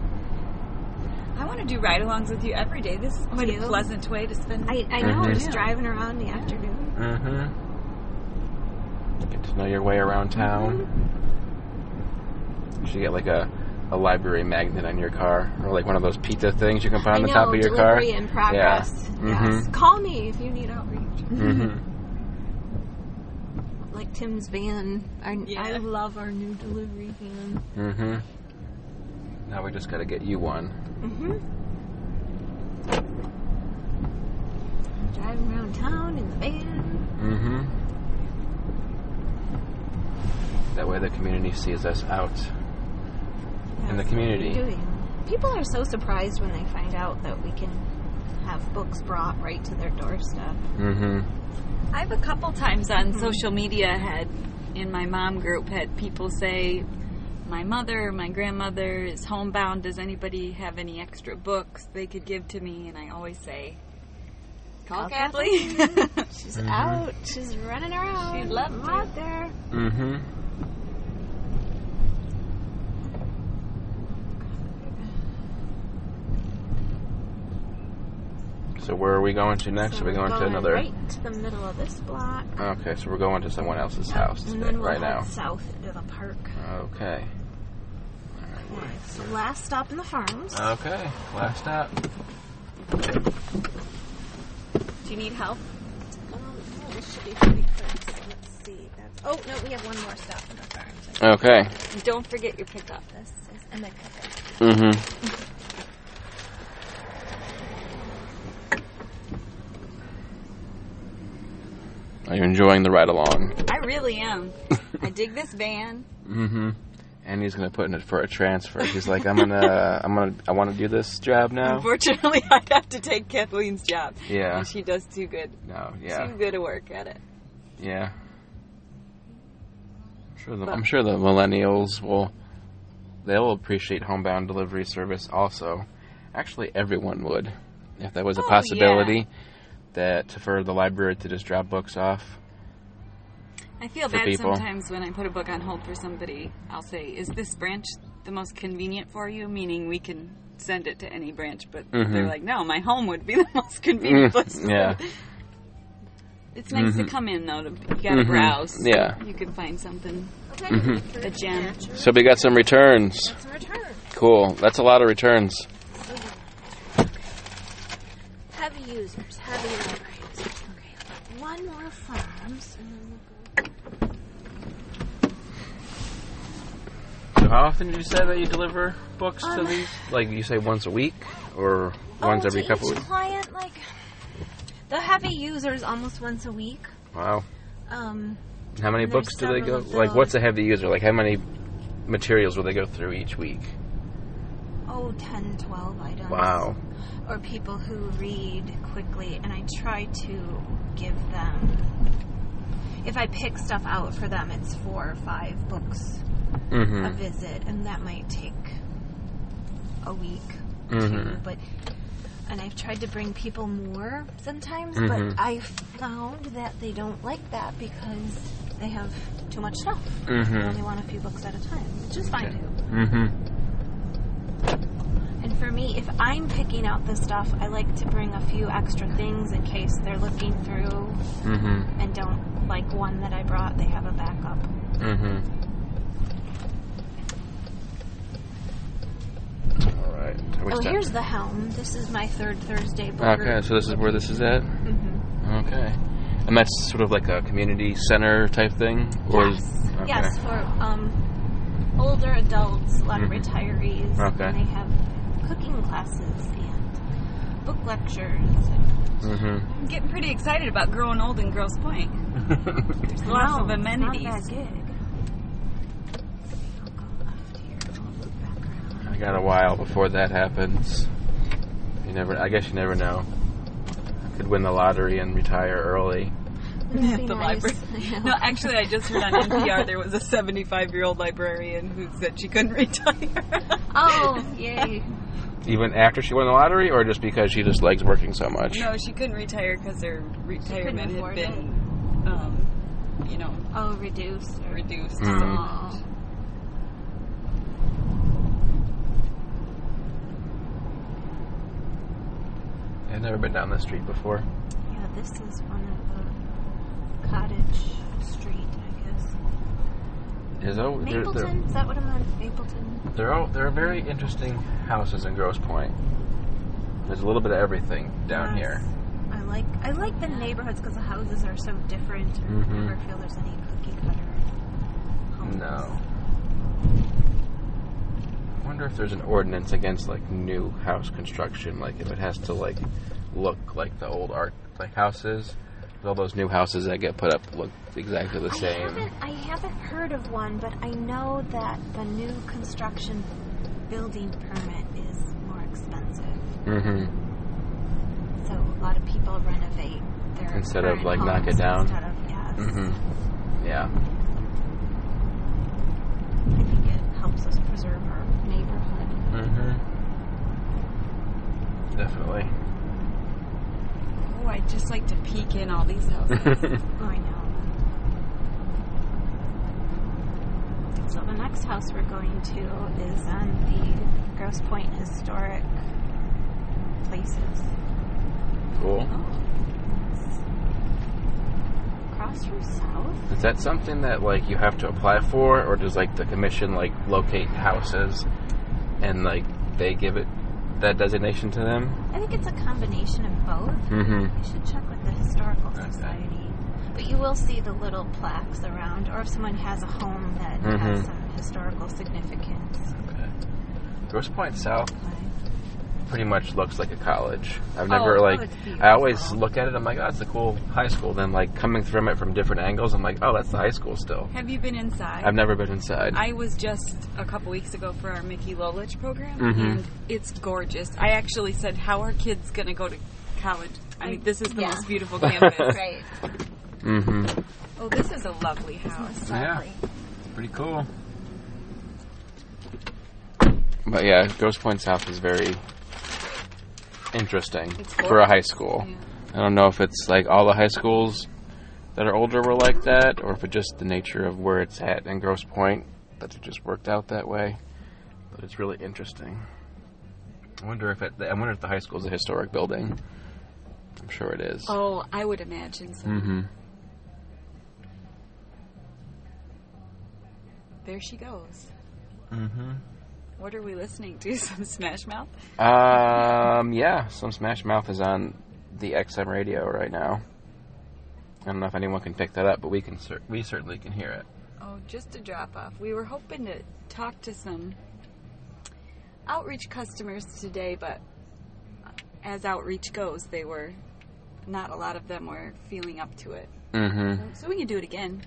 Speaker 3: I want to do ride alongs with you every day. This is quite
Speaker 2: Do
Speaker 3: a
Speaker 2: you?
Speaker 3: pleasant way to spend
Speaker 2: I, I know,
Speaker 1: Mhm.
Speaker 2: just
Speaker 3: Yeah.
Speaker 2: driving around in the afternoon.
Speaker 1: Mm-hmm. Get to know your way around town. You should get like a, a library magnet on your car, or like one of those pizza things you can put
Speaker 2: I
Speaker 1: on
Speaker 2: know,
Speaker 1: the top of your car.
Speaker 2: delivery in progress. Yes. Call me if you need outreach.
Speaker 1: Mm-hmm.
Speaker 2: Like Tim's van. Our, I
Speaker 3: Yeah.
Speaker 2: love our new delivery van.
Speaker 1: Mm-hmm. Now we just gotta get you one.
Speaker 2: hmm Driving around town in the van.
Speaker 1: Mm-hmm. That way the community sees us out in the
Speaker 2: That's what we're
Speaker 1: community.
Speaker 2: doing. People are so surprised when they find out that we can have books brought right to their doorstep.
Speaker 1: Mm-hmm.
Speaker 3: I've a couple times
Speaker 2: Hmm.
Speaker 3: on social media had in my mom group had people say, "My mother, or my grandmother is homebound. Does anybody have any extra books they could give to me?" And I always say, "Call,
Speaker 2: Call
Speaker 3: Kathleen."
Speaker 2: She's out. She's running around. She'd love to. out there.
Speaker 1: Mm-hmm. So where are we going to next?
Speaker 2: So
Speaker 1: are we
Speaker 2: we're
Speaker 1: going, to another?
Speaker 2: Right to the middle of this block.
Speaker 1: Okay, so we're going to someone else's house
Speaker 2: and
Speaker 1: today,
Speaker 2: then we'll
Speaker 1: right
Speaker 2: head
Speaker 1: now.
Speaker 2: south into the park.
Speaker 1: Okay.
Speaker 2: So last stop in the farms.
Speaker 1: Okay. Last stop.
Speaker 3: Do you need help?
Speaker 2: Um, oh, this should be pretty quick. So let's see. That's, oh no, we have one more stop in the farms.
Speaker 1: Okay.
Speaker 3: Don't forget your pickup.
Speaker 2: This is and the cafe.
Speaker 1: Mm-hmm. Are you enjoying the ride along?
Speaker 3: I really am. I dig this van.
Speaker 1: Mm-hmm. And he's gonna put in it for a transfer. He's like, I'm gonna, I'm gonna, I want to do this job now.
Speaker 3: Unfortunately, I have to take Kathleen's job.
Speaker 1: Yeah.
Speaker 3: and she does too good,
Speaker 1: No,
Speaker 3: too
Speaker 1: yeah,
Speaker 3: good a work at it.
Speaker 1: yeah. I'm sure, the, I'm sure the millennials will, they'll appreciate homebound delivery service. Also, actually, everyone would, if that was a
Speaker 3: Oh, yeah.
Speaker 1: possibility, that for the library to just drop books off.
Speaker 3: I feel
Speaker 1: for
Speaker 3: bad
Speaker 1: people.
Speaker 3: sometimes when I put a book on hold for somebody. I'll say, "Is this branch the most convenient for you?" Meaning we can send it to any branch, but they're like, "No, my home would be the most convenient place." to
Speaker 1: Mm-hmm. Mm, yeah. Mm-hmm.
Speaker 3: live." It's nice to come in though. To, you gotta browse.
Speaker 1: Yeah.
Speaker 3: You can find something.
Speaker 2: Okay.
Speaker 3: The gem.
Speaker 1: So we got some returns.
Speaker 2: It's a return.
Speaker 1: Cool. That's a lot of returns.
Speaker 2: Heavy users, heavy library users. Okay. One more farms, and then
Speaker 1: So how often did you say that you deliver books to these? Like you say once a week or
Speaker 2: we'll go.
Speaker 1: once
Speaker 2: Um, oh,
Speaker 1: every
Speaker 2: to
Speaker 1: couple
Speaker 2: each
Speaker 1: weeks?
Speaker 2: client, like the heavy users, almost once a week.
Speaker 1: Wow.
Speaker 2: Um,
Speaker 1: How many
Speaker 2: There's
Speaker 1: books do they go?
Speaker 2: several of
Speaker 1: Like
Speaker 2: those.
Speaker 1: what's a heavy user? Like how many materials will they go through each week?
Speaker 2: oh, 10, 12 items.
Speaker 1: Wow.
Speaker 2: or people who read quickly, and I try to give them. If I pick stuff out for them, it's four or five books
Speaker 1: Mhm.
Speaker 2: Uh, a visit, and that might take a week. too.
Speaker 1: Mm-hmm.
Speaker 2: But and I've tried to bring people more sometimes,
Speaker 1: Mhm.
Speaker 2: but I found that they don't like that because they have too much stuff. They
Speaker 1: Mm-hmm.
Speaker 2: only want a few books at a time, which is fine
Speaker 1: Okay.
Speaker 2: too.
Speaker 1: Mm-hmm.
Speaker 2: And for me, if I'm picking out the stuff, I like to bring a few extra things in case they're looking through
Speaker 1: Mm-hmm.
Speaker 2: and don't like one that I brought. They have a backup.
Speaker 1: Mm-hmm. All right. How much
Speaker 2: Oh,
Speaker 1: time?
Speaker 2: here's the helm. This is my third Thursday
Speaker 1: Oh,
Speaker 2: book.
Speaker 1: Okay, so this is where this is at.
Speaker 2: Mm-hmm.
Speaker 1: Okay, and that's sort of like a community center type thing, or
Speaker 2: yes,
Speaker 1: okay.
Speaker 2: yes, for um, older adults, a lot of
Speaker 1: Mhm.
Speaker 2: retirees,
Speaker 1: Okay.
Speaker 2: and they have cooking classes and book lectures. And
Speaker 1: Mm-hmm.
Speaker 3: I'm getting pretty excited about growing old in Gross Point.
Speaker 1: Mm-hmm.
Speaker 3: There's lots
Speaker 2: Wow,
Speaker 3: of amenities.
Speaker 2: Not a bad gig. I'll go left here. I'll look back around.
Speaker 1: I got a while before that happens. You never. I guess you never know. I could win the lottery and retire early.
Speaker 2: That'd be
Speaker 3: the
Speaker 2: nice.
Speaker 3: library.
Speaker 2: Yeah.
Speaker 3: No, actually, I just heard on NPR there was a 75 year old librarian who said she couldn't retire.
Speaker 2: Oh, yay.
Speaker 1: Even after she won the lottery, or just because she just likes working so much.
Speaker 3: no, she couldn't retire because her retirement had
Speaker 2: afford
Speaker 3: been, um, you know,
Speaker 2: Oh, reduced. or-
Speaker 3: reduced.
Speaker 1: Mhm.
Speaker 2: Oh.
Speaker 1: I've never been down this street before.
Speaker 2: Yeah, this is one of the cottage street, I guess.
Speaker 1: Is there, there, there,
Speaker 2: Mapleton? Is that what I meant? Mapleton?
Speaker 1: there are there are very interesting houses in Grosse Pointe. There's a little bit of everything down
Speaker 2: Yes.
Speaker 1: here.
Speaker 2: I like I like the neighborhoods because the houses are so different. I
Speaker 1: Mhm.
Speaker 2: never feel there's any cookie cutter. homes.
Speaker 1: No. I wonder if there's an ordinance against like new house construction, like if it has to like look like the old art like houses. All those new houses that get put up look exactly the
Speaker 2: I
Speaker 1: same.
Speaker 2: haven't, I haven't heard of one, but I know that the new construction building permit is more expensive.
Speaker 1: Mm-hmm.
Speaker 2: So a lot of people renovate their
Speaker 1: Instead of,
Speaker 2: current
Speaker 1: like, knock it
Speaker 2: homes
Speaker 1: down.
Speaker 2: Instead of yes,
Speaker 1: Mm-hmm. Yeah.
Speaker 2: I think it helps us preserve our neighborhood.
Speaker 1: Mm-hmm. Definitely.
Speaker 3: Oh, I'd just like to peek in all these houses.
Speaker 2: Oh, I know. So the next house we're going to is on the Gross Point Historic Places. Oh,
Speaker 1: cool.
Speaker 2: Across from South.
Speaker 1: Is that something that like you have to apply for, or does like the commission like locate houses, and like they give it that designation to them?
Speaker 2: I think it's a combination of both.
Speaker 1: Mm-hmm.
Speaker 2: You should check with the Historical
Speaker 1: Okay.
Speaker 2: Society. But you will see the little plaques around, or if someone has a home that
Speaker 1: Mhm.
Speaker 2: has some historical significance.
Speaker 1: Grosse Pointe South pretty much looks like a college. I've never
Speaker 2: oh,
Speaker 1: like
Speaker 2: it's beautiful.
Speaker 1: I always look at it. I'm like, oh, it's a cool high school. Then like coming from it from different angles, I'm like, oh, that's the high school still.
Speaker 3: Have you been inside?
Speaker 1: I've never been inside.
Speaker 3: I was just a couple weeks ago for our Mickey Lolich program,
Speaker 1: Mhm.
Speaker 3: and it's gorgeous. I actually said, "How are kids going to go to college?" I mean, this is the
Speaker 2: Yeah.
Speaker 3: most beautiful campus.
Speaker 2: Right.
Speaker 1: mm-hmm.
Speaker 3: oh, this is a lovely house.
Speaker 1: Yeah, pretty cool. But yeah, Ghost Point South is very interesting
Speaker 3: It's
Speaker 1: for a high school.
Speaker 3: Yeah.
Speaker 1: I don't know if it's like all the high schools that are older were like that, or if it's just the nature of where it's at in Grosse Pointe that it just worked out that way. But it's really interesting. I wonder if it, I wonder if the high school is a historic building. I'm sure it is.
Speaker 3: Oh, I would imagine so.
Speaker 1: Mm-hmm.
Speaker 3: There she goes.
Speaker 1: Mm-hmm.
Speaker 3: What are we listening to? Some Smash Mouth?
Speaker 1: Um, yeah, some Smash Mouth is on the XM radio right now. I don't know if anyone can pick that up, but we can cer- we certainly can hear it.
Speaker 3: Oh, just a drop off. We were hoping to talk to some outreach customers today, but as outreach goes, they were not a lot of them were feeling up to it.
Speaker 1: Mm-hmm.
Speaker 3: So we can do it again.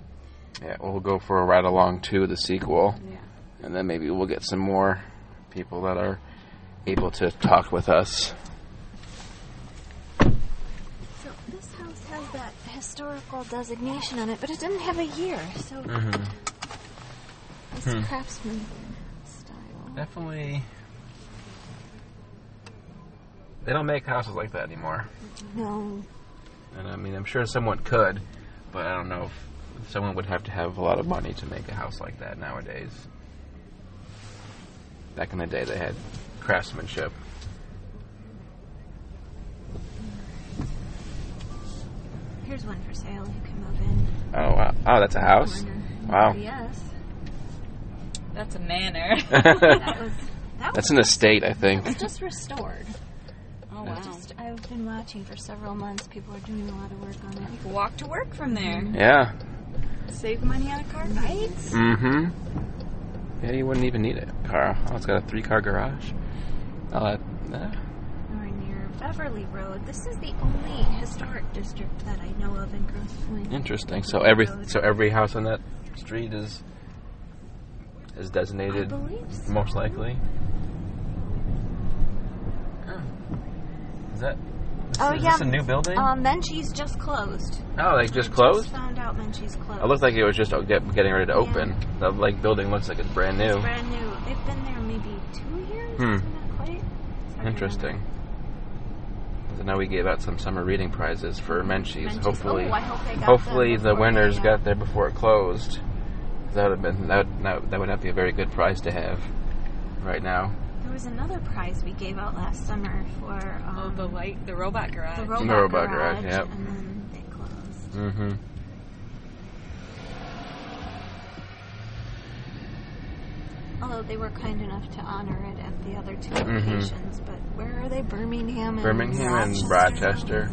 Speaker 1: Yeah, we'll go for a ride along to the sequel,
Speaker 3: Yeah.
Speaker 1: and then maybe we'll get some more people that are able to talk with us.
Speaker 2: So this house has that historical designation on it, but it doesn't have a year. So
Speaker 1: Mm-hmm. Hmm.
Speaker 2: it's craftsman style.
Speaker 1: Definitely They don't make houses like that anymore.
Speaker 2: No.
Speaker 1: And I mean, I'm sure someone could, but I don't know if- if someone would have to have a lot of money to make a house like that nowadays. Back in the day, they had craftsmanship.
Speaker 2: Here's one for sale. You can move in.
Speaker 1: Oh wow! Oh, that's a house. Wow,
Speaker 2: Yes.
Speaker 3: That's a manor.
Speaker 2: That was. That
Speaker 1: that's
Speaker 2: was
Speaker 1: an estate, I think.
Speaker 2: just restored.
Speaker 3: Oh wow.
Speaker 2: Just I've been watching for several months. People are doing a lot of work on it.
Speaker 3: Walk to work from there.
Speaker 1: Yeah.
Speaker 3: Save money on a car ride.
Speaker 1: Mm-hmm. Yeah, you wouldn't even need a car. Oh, it's got a three-car garage. Oh, that, yeah.
Speaker 2: We're near Beverly Road. This is the only historic district that I know of in Grosse Pointe.
Speaker 1: interesting. So every so every house on that street is is designated,
Speaker 2: I believe so.
Speaker 1: Mm. most likely. Is that? Is,
Speaker 2: Oh,
Speaker 1: is
Speaker 2: yeah.
Speaker 1: this a new building?
Speaker 2: Um, Menchie's just closed.
Speaker 1: oh, they just
Speaker 2: I
Speaker 1: closed.
Speaker 2: Just found out Menchie's closed.
Speaker 1: It looks like it was just get- getting ready to
Speaker 2: Yeah.
Speaker 1: open. The like building looks like it's brand new.
Speaker 2: It's brand new. They've been there maybe two years.
Speaker 1: Hmm.
Speaker 2: Not quite. It's hard to
Speaker 1: Interesting.
Speaker 2: remember.
Speaker 1: So now we gave out some summer reading prizes for Menchie's.
Speaker 2: Menchie's.
Speaker 1: Hopefully,
Speaker 2: Oh, I hope they got
Speaker 1: hopefully
Speaker 2: them
Speaker 1: the
Speaker 2: before they,
Speaker 1: winners
Speaker 2: uh,
Speaker 1: got there before it closed. That would have been that would, that, that would not be a very good prize to have right now.
Speaker 2: There was another prize we gave out last summer for
Speaker 3: Oh,
Speaker 2: um,
Speaker 3: the light, the robot garage.
Speaker 2: the robot,
Speaker 1: robot
Speaker 2: garage,
Speaker 1: garage, yep.
Speaker 2: and then they closed.
Speaker 1: Mm-hmm.
Speaker 2: Although they were kind enough to honor it at the other 2
Speaker 1: Mhm.
Speaker 2: locations, but where are they? Birmingham and
Speaker 1: Birmingham and
Speaker 2: Mm, Rochester.
Speaker 1: Rochester.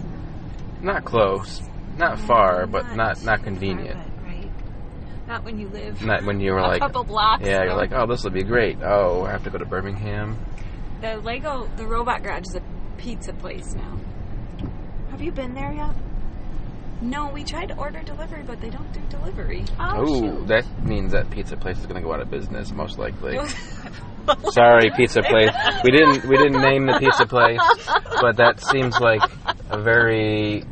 Speaker 1: Not close, not far, but not
Speaker 2: too
Speaker 1: not
Speaker 2: far,
Speaker 1: convenient.
Speaker 2: but right. Not when you live
Speaker 1: Not when you were
Speaker 2: a
Speaker 1: like,
Speaker 2: couple blocks.
Speaker 1: yeah, you're
Speaker 2: from-
Speaker 1: like, oh, this would be great. Oh, I have to go to Birmingham.
Speaker 3: The Lego, the robot garage is a pizza place now.
Speaker 2: Have you been there yet?
Speaker 3: No, we tried to order delivery, but they don't do delivery.
Speaker 1: Oh,
Speaker 2: shoot.
Speaker 1: that means that pizza place is going to go out of business, most likely.
Speaker 3: Well,
Speaker 1: Sorry, pizza place. We didn't we didn't name the pizza place, but that seems like a very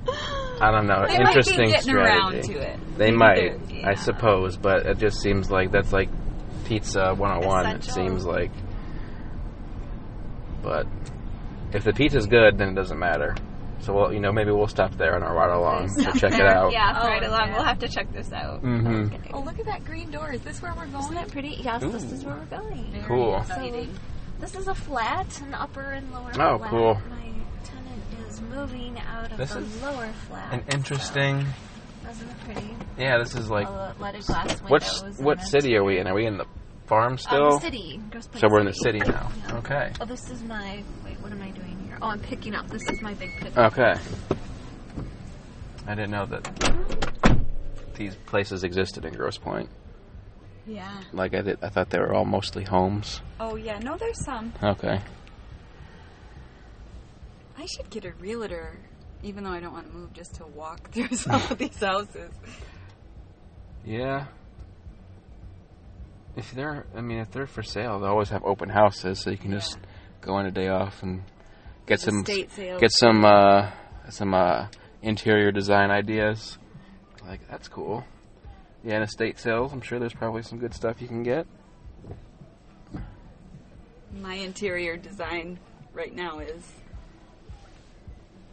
Speaker 1: I don't know
Speaker 3: they might
Speaker 1: interesting
Speaker 3: be getting around
Speaker 1: strategy.
Speaker 3: to it.
Speaker 1: They might,
Speaker 3: do,
Speaker 1: I
Speaker 3: yeah.
Speaker 1: suppose, but it just seems like that's like pizza 101. It
Speaker 3: Essential.
Speaker 1: seems like, but if the pizza's good, then it doesn't matter. So we'll, you know, maybe we'll stop there on our ride along to check it out.
Speaker 2: Yeah,
Speaker 3: Oh,
Speaker 2: right along.
Speaker 3: yeah.
Speaker 2: We'll have to check this out.
Speaker 1: Mhm.
Speaker 2: Okay.
Speaker 3: Oh, look at that green door. Is this where we're
Speaker 2: Isn't
Speaker 3: going?
Speaker 2: that pretty? Yes, this
Speaker 1: Ooh.
Speaker 2: is where we're going.
Speaker 1: Cool.
Speaker 2: So, this is a flat, an upper and lower
Speaker 1: Oh,
Speaker 2: flat.
Speaker 1: cool.
Speaker 2: My tenant is moving out of
Speaker 1: This
Speaker 2: the
Speaker 1: is
Speaker 2: lower flat.
Speaker 1: An interesting.
Speaker 2: Isn't it pretty?
Speaker 1: Yeah, this is like
Speaker 2: All the leaded glass windows.
Speaker 1: what what
Speaker 2: and it-
Speaker 1: city are we in? Are we in the farm
Speaker 2: Uh,
Speaker 1: still?
Speaker 2: the city. Grosse Pointe
Speaker 1: So we're in the city now.
Speaker 2: Yeah.
Speaker 1: Okay.
Speaker 2: Oh, this is my. Wait, what am I doing here? Oh, I'm picking up. This is my big pickup.
Speaker 1: Okay. I didn't know that these places existed in Grosse Pointe.
Speaker 3: Yeah.
Speaker 1: Like I did, I thought they were all mostly homes.
Speaker 3: Oh, yeah. No, there's some.
Speaker 1: Okay.
Speaker 3: I should get a realtor, even though I don't want to move, just to walk through some of these houses.
Speaker 1: Yeah. If they're, I mean, if they're for sale, they always have open houses, so you can just go on a day off and get
Speaker 3: The
Speaker 1: some
Speaker 3: estate sales.
Speaker 1: get some uh, some uh, interior design ideas. Like that's cool. Yeah, and estate sales. I'm sure there's probably some good stuff you can get.
Speaker 3: My interior design right now is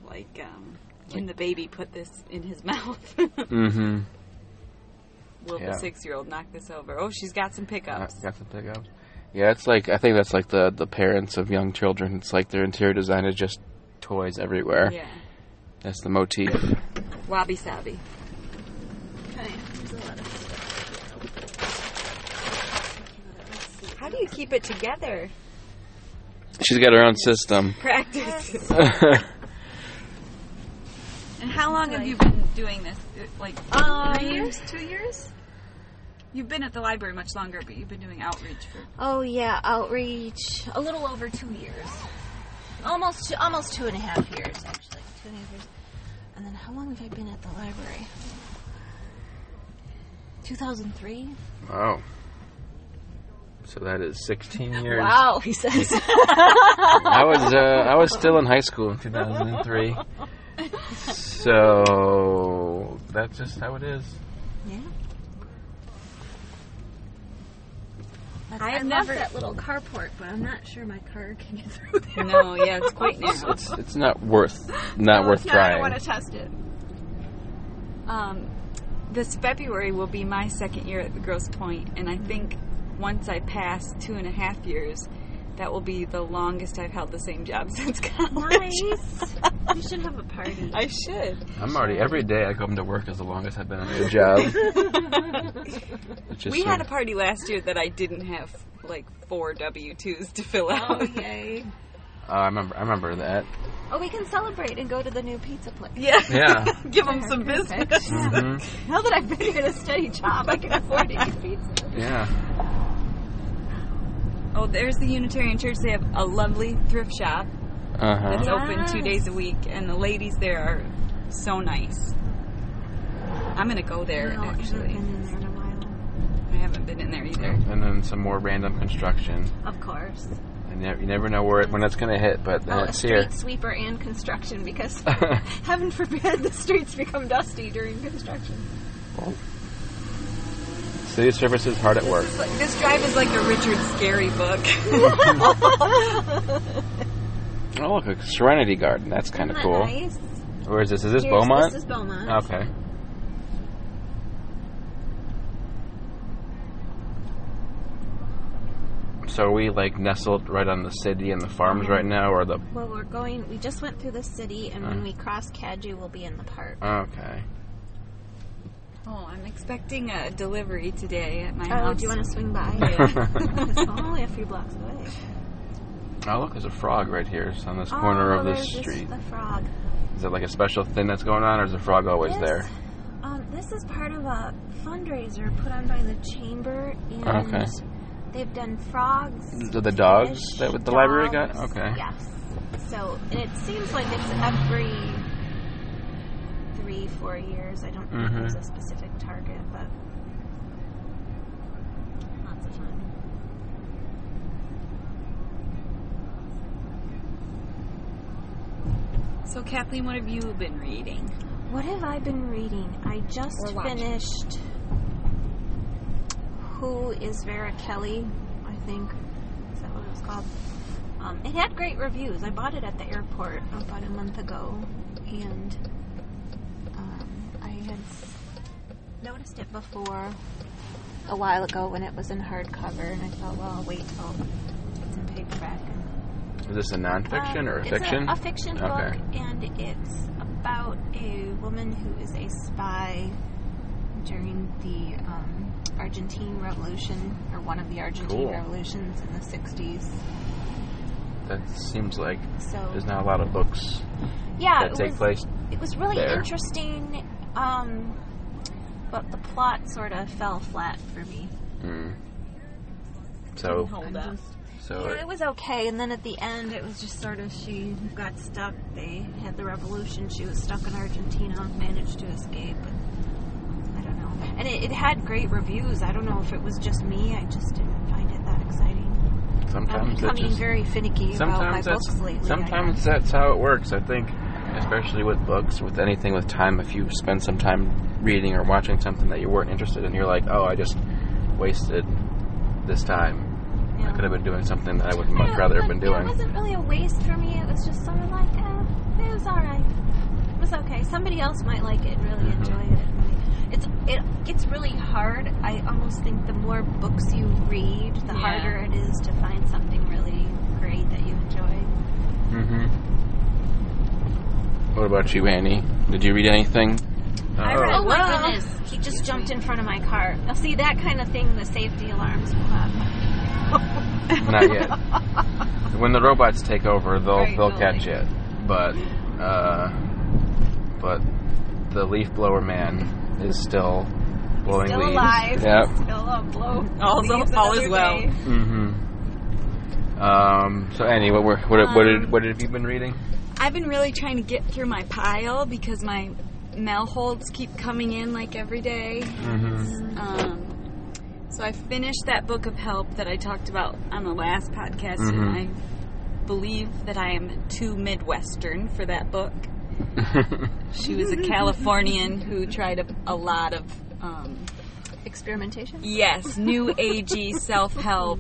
Speaker 3: like, um, can the baby put this in his mouth?
Speaker 1: Mm-hmm.
Speaker 3: Will
Speaker 1: Yeah. Uh,
Speaker 3: the six year old knock this over? Oh, she's got some pickups.
Speaker 1: Got some pickups. Yeah, it's like I think that's like the the parents of young children. It's like their interior design is just toys everywhere.
Speaker 3: Yeah.
Speaker 1: That's the motif.
Speaker 3: Wabi Sabi. How do you keep it together?
Speaker 1: She's got her own system.
Speaker 3: Practice. And how long have you been doing this? Like
Speaker 2: Uh,
Speaker 3: three years? Two years? You've been at the library much longer, but you've been doing outreach for.
Speaker 2: Oh yeah, outreach. A little over two years, almost two, almost two and a half years actually. Two and a half years. And then how long have I been at the library? 2003.
Speaker 1: wow. So that is 16 years.
Speaker 2: Wow, he says.
Speaker 1: I was uh, I was still in high school in 2003. So that's just how it is.
Speaker 2: yeah. I
Speaker 3: I've
Speaker 2: love
Speaker 3: never-
Speaker 2: that little carport, but I'm not sure my car can get through there.
Speaker 3: No, yeah, it's quite narrow.
Speaker 1: It's it's not worth not
Speaker 2: Oh,
Speaker 1: worth
Speaker 2: no, I
Speaker 1: trying.
Speaker 2: don't want to test it.
Speaker 3: Um, this February will be my second year at the Gross Point, and I think once I pass two and a half years, that will be the longest I've held the same job since college.
Speaker 2: Nice. we should have a party.
Speaker 3: I should.
Speaker 1: I'm already every day I come to work is the longest I've been on a job. It's just
Speaker 3: we
Speaker 1: so-
Speaker 3: had a party last year that I didn't have like four W twos to fill out.
Speaker 2: Oh, yay.
Speaker 1: Oh, I remember I remember that.
Speaker 2: Oh, we can celebrate and go to the new pizza place.
Speaker 3: Yeah.
Speaker 1: Yeah.
Speaker 3: Give them some business.
Speaker 1: hmm
Speaker 2: Now that I've been here a steady job, I can afford to eat pizza.
Speaker 1: Yeah.
Speaker 3: Oh, there's the Unitarian Church. They have a lovely thrift shop
Speaker 1: Uh
Speaker 3: that's
Speaker 1: huh.
Speaker 3: open two days a week, and the ladies there are so nice. I'm gonna go there
Speaker 2: No, I haven't
Speaker 3: actually.
Speaker 2: been in there in a while.
Speaker 3: I haven't been in there either.
Speaker 1: And then some more random construction.
Speaker 2: Of course.
Speaker 1: You never, you never know where it, when it's gonna hit, but then
Speaker 2: Oh, a
Speaker 1: it's
Speaker 2: street
Speaker 1: here.
Speaker 2: sweeper and construction because heaven forbid the streets become dusty during construction.
Speaker 1: City services hard at work.
Speaker 3: It's like- This drive is like a Richard Scary book.
Speaker 1: Oh look, a Serenity Garden. That's kind of
Speaker 2: Isn't
Speaker 1: cool.
Speaker 2: that Nice?
Speaker 1: Where is this? Is this
Speaker 2: Here's-
Speaker 1: Beaumont? Uh,
Speaker 2: This is Beaumont.
Speaker 1: okay. So are we like nestled right on the city and the farms
Speaker 2: Mm-hmm.
Speaker 1: right now, or the
Speaker 2: Well, we're going. We just went through the city, and
Speaker 1: Uh.
Speaker 2: when we cross Cadju, we'll be in the park.
Speaker 1: okay?
Speaker 3: oh, I'm expecting a delivery today at my
Speaker 2: Oh,
Speaker 3: house.
Speaker 2: do you want to swing by? it's only a few blocks away.
Speaker 1: Oh look, there's a frog right here. It's on this corner
Speaker 2: oh,
Speaker 1: of this
Speaker 2: there's
Speaker 1: street.
Speaker 2: the frog.
Speaker 1: Is it like a special thing that's going on, or is the frog always
Speaker 2: Yes.
Speaker 1: there?
Speaker 2: Um, this is part of a fundraiser put on by the chamber, and
Speaker 1: Okay.
Speaker 2: they've done frogs.
Speaker 1: Do the dogs
Speaker 2: fish,
Speaker 1: that the library got?
Speaker 2: dogs.
Speaker 1: Okay.
Speaker 2: Yes. So, and it seems like it's every three, four years. I don't think
Speaker 1: Mhm.
Speaker 2: there's a specific target, but lots of fun.
Speaker 3: So, Kathleen, what have you been reading?
Speaker 2: What have I been reading? I just
Speaker 3: Or watching.
Speaker 2: finished Who is Vera Kelly? I think. Is that what it was called? Um, it had great reviews. I bought it at the airport about a month ago, and um, I had s- noticed it before a while ago when it was in hardcover, and I thought, well, I'll wait till it's in paperback. and
Speaker 1: Is this a nonfiction
Speaker 2: um,
Speaker 1: or a
Speaker 2: it's
Speaker 1: fiction?
Speaker 2: A, fiction
Speaker 1: Okay.
Speaker 2: book, and it's about a woman who is a spy during the um, Argentine Revolution, or one of the Argentine
Speaker 1: Cool.
Speaker 2: revolutions in the 60s.
Speaker 1: that seems like
Speaker 2: So,
Speaker 1: there's not a lot of books
Speaker 2: yeah,
Speaker 1: that
Speaker 2: it
Speaker 1: take
Speaker 2: was,
Speaker 1: place.
Speaker 2: it was really
Speaker 1: there.
Speaker 2: interesting, um, but the plot sort of fell flat for me.
Speaker 1: Mm. So,
Speaker 3: Hold
Speaker 2: I'm
Speaker 3: up.
Speaker 2: just-
Speaker 1: so
Speaker 2: Yeah, it was okay. And then at the end, it was just sort of she got stuck. They had the revolution. She was stuck in Argentina, managed to escape. And I don't know. And it, it had great reviews. I don't know if it was just me. I just didn't find it that exciting. I'm
Speaker 1: sometimes it
Speaker 2: becoming
Speaker 1: just
Speaker 2: very finicky about my
Speaker 1: sometimes that's
Speaker 2: books lately. I
Speaker 1: sometimes that's how it works. I think, especially with books, with anything with time. If you spend some time reading or watching something that you weren't interested in, you're like, oh, I just wasted this time.
Speaker 2: guess. Yeah.
Speaker 1: I could have been doing something that I would
Speaker 2: Yeah,
Speaker 1: much rather have
Speaker 2: but
Speaker 1: been
Speaker 2: It
Speaker 1: doing.
Speaker 2: wasn't really a waste for me. It was just sort of like, eh, it was all right. It was okay. Somebody else might like it and really
Speaker 1: Mhm.
Speaker 2: enjoy it. It's it gets really hard. I almost think the more books you read, the
Speaker 3: Yeah.
Speaker 2: harder it is to find something really great that you enjoy.
Speaker 1: Mm-hmm. What about you, Annie? Did you read anything?
Speaker 3: I
Speaker 1: Oh.
Speaker 3: read
Speaker 2: Oh my
Speaker 3: Wow.
Speaker 2: goodness! He just jumped in front of my car. Now see that kind of thing. The safety alarms go off.
Speaker 1: Not yet. when the robots take over, they'll
Speaker 3: Right,
Speaker 1: they'll
Speaker 3: they'll
Speaker 1: catch
Speaker 3: like-
Speaker 1: it. But uh, but the leaf blower man is still blowing
Speaker 2: Still
Speaker 1: leaves.
Speaker 2: alive.
Speaker 1: Yep.
Speaker 2: Still a blow.
Speaker 3: All-
Speaker 2: leaves
Speaker 3: all is
Speaker 2: another
Speaker 3: well.
Speaker 2: day.
Speaker 1: Mm-hmm. Um. So Annie, what were what what did what have you been reading?
Speaker 3: I've been really trying to get through my pile because my mail holds keep coming in like every day.
Speaker 1: Mm-hmm.
Speaker 3: Um, so I finished that book of help that I talked about on the last podcast,
Speaker 1: Mm-hmm.
Speaker 3: and I believe that I am too Midwestern for that book. she was a Californian who tried a, a lot of um,
Speaker 2: Experimentation?
Speaker 3: Yes, new agey self help.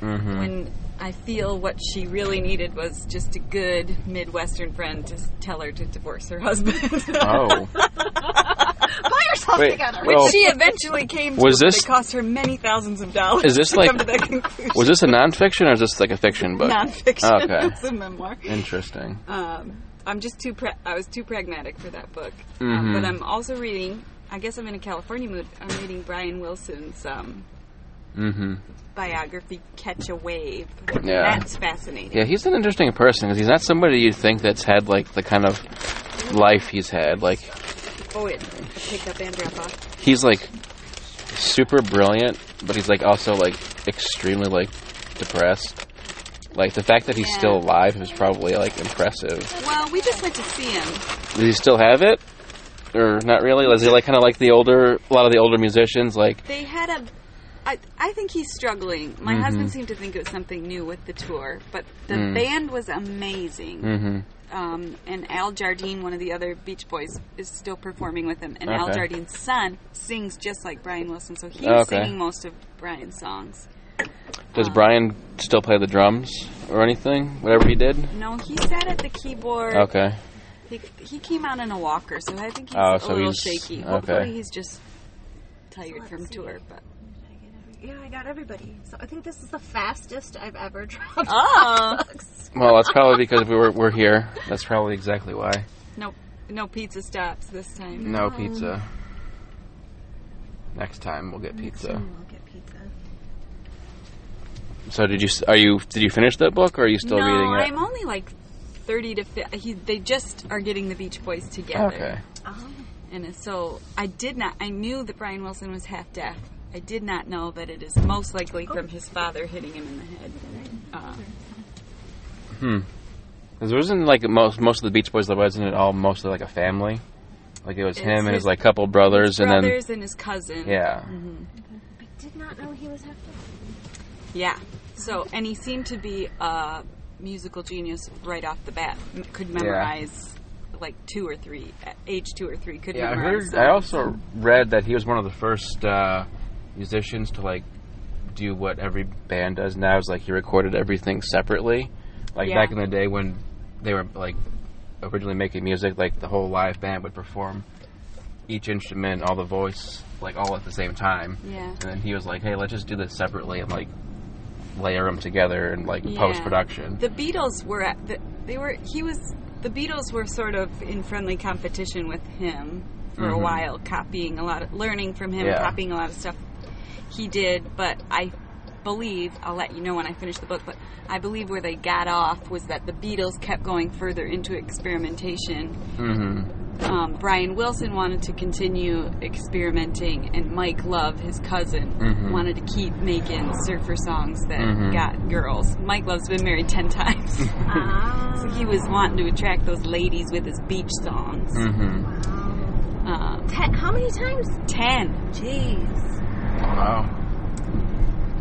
Speaker 1: Mhm.
Speaker 3: When I feel what she really needed was just a good Midwestern friend to s- tell her to divorce her husband.
Speaker 1: Oh.
Speaker 2: Buy yourself
Speaker 1: Wait,
Speaker 2: together.
Speaker 1: well,
Speaker 3: Which she eventually came to,
Speaker 1: Was
Speaker 3: but
Speaker 1: this-
Speaker 3: it cost her many thousands of dollars
Speaker 1: Is this
Speaker 3: to
Speaker 1: like-
Speaker 3: come to that conclusion.
Speaker 1: was this a nonfiction or is this like a fiction book?
Speaker 3: Nonfiction.
Speaker 1: Okay.
Speaker 3: It's a memoir.
Speaker 1: Interesting.
Speaker 3: Um, I'm just too. Pra- I was too pragmatic for that book.
Speaker 1: Mhm.
Speaker 3: Um, but I'm also reading. I guess I'm in a California mood. I'm reading Brian Wilson's um,
Speaker 1: Mm-hmm.
Speaker 3: biography, Catch a Wave.
Speaker 1: Yeah.
Speaker 3: That's fascinating.
Speaker 1: Yeah, he's an interesting person because he's not somebody you'd think that's had like the kind of life he's had. Like
Speaker 3: Oh, it pick up and drop off.
Speaker 1: he's like super brilliant, but he's like also like extremely like depressed. Like the fact that he's
Speaker 3: Yeah.
Speaker 1: still alive is probably like impressive.
Speaker 3: Well, we just went to see him.
Speaker 1: Does he still have it? Or not really? Is he like kind of like the older, a lot of the older musicians? Like,
Speaker 3: They had a. I, I think he's struggling. My
Speaker 1: Mhm.
Speaker 3: husband seemed to think it was something new with the tour, but the
Speaker 1: Mm.
Speaker 3: band was amazing.
Speaker 1: mm-hmm.
Speaker 3: um, and Al Jardine, one of the other Beach Boys, is still performing with him. And Al
Speaker 1: Okay.
Speaker 3: Jardine's son sings just like Brian Wilson, so he's
Speaker 1: Okay.
Speaker 3: singing most of Brian's songs.
Speaker 1: does Brian still play the drums or anything? Whatever he did.
Speaker 3: No, he sat at the keyboard.
Speaker 1: Okay.
Speaker 3: He, he came out in a walker, so I think he's
Speaker 1: Oh,
Speaker 3: a
Speaker 1: so
Speaker 3: little
Speaker 1: he's-
Speaker 3: shaky.
Speaker 1: okay.
Speaker 3: Hopefully, he's just tired from tour. But
Speaker 2: Yeah, I got everybody. So I think this is the fastest I've ever dropped.
Speaker 3: oh,
Speaker 1: Well, that's probably because we were we're here. That's probably exactly why.
Speaker 3: no, no pizza stops this time.
Speaker 1: No pizza. Next time we'll get pizza.
Speaker 2: I'll get pizza.
Speaker 1: So did you? s- Are you? Did you finish that book, or are you still
Speaker 3: no,
Speaker 1: reading it?
Speaker 3: I'm only like thirty to 50. He, they just are getting the Beach Boys together.
Speaker 1: Okay.
Speaker 2: Oh,
Speaker 3: And so I did not, I knew that Brian Wilson was half deaf. I did not know that it is most likely from his father hitting him in the head. Uh,
Speaker 1: Because wasn't like most most of the Beach Boys, there wasn't it all mostly like a family? Like it was
Speaker 3: It's
Speaker 1: him and his
Speaker 3: his-
Speaker 1: like couple brothers, and
Speaker 3: brothers and his cousin.
Speaker 1: then yeah,
Speaker 2: I did not know he was half deaf.
Speaker 3: Yeah. So, and he seemed to be a musical genius right off the bat. M- Could memorize like two or three, at age two or three, could
Speaker 1: yeah. I
Speaker 3: memorize.
Speaker 1: heard.
Speaker 3: songs.
Speaker 1: I also read that he was one of the first uh, musicians to like do what every band does now is like he recorded everything separately. Like
Speaker 3: Yeah.
Speaker 1: back in the day when they were like originally making music, like the whole live band would perform each instrument, all the voice, like all at the same time.
Speaker 3: Yeah.
Speaker 1: And then he was like, "Hey, let's just do this separately and like layer them together and like
Speaker 3: Yeah.
Speaker 1: post production."
Speaker 3: The Beatles were at the, they were he was the Beatles were sort of in friendly competition with him for a
Speaker 1: Mhm.
Speaker 3: while, copying a lot of learning from him,
Speaker 1: Yeah.
Speaker 3: copying a lot of stuff he did, but I believe I'll let you know when I finish the book, but I believe where they got off was that the Beatles kept going further into experimentation.
Speaker 1: Mm-hmm.
Speaker 3: Um, Brian Wilson wanted to continue experimenting, and Mike Love, his cousin,
Speaker 1: Mhm.
Speaker 3: wanted to keep making surfer songs that
Speaker 1: Mhm.
Speaker 3: got girls. Mike Love's been married ten times.
Speaker 2: Ah.
Speaker 3: So he was wanting to attract those ladies with his beach songs.
Speaker 1: Mm-hmm.
Speaker 2: Wow.
Speaker 3: Um,
Speaker 2: Te- how many times?
Speaker 3: ten.
Speaker 2: Jeez.
Speaker 1: Wow.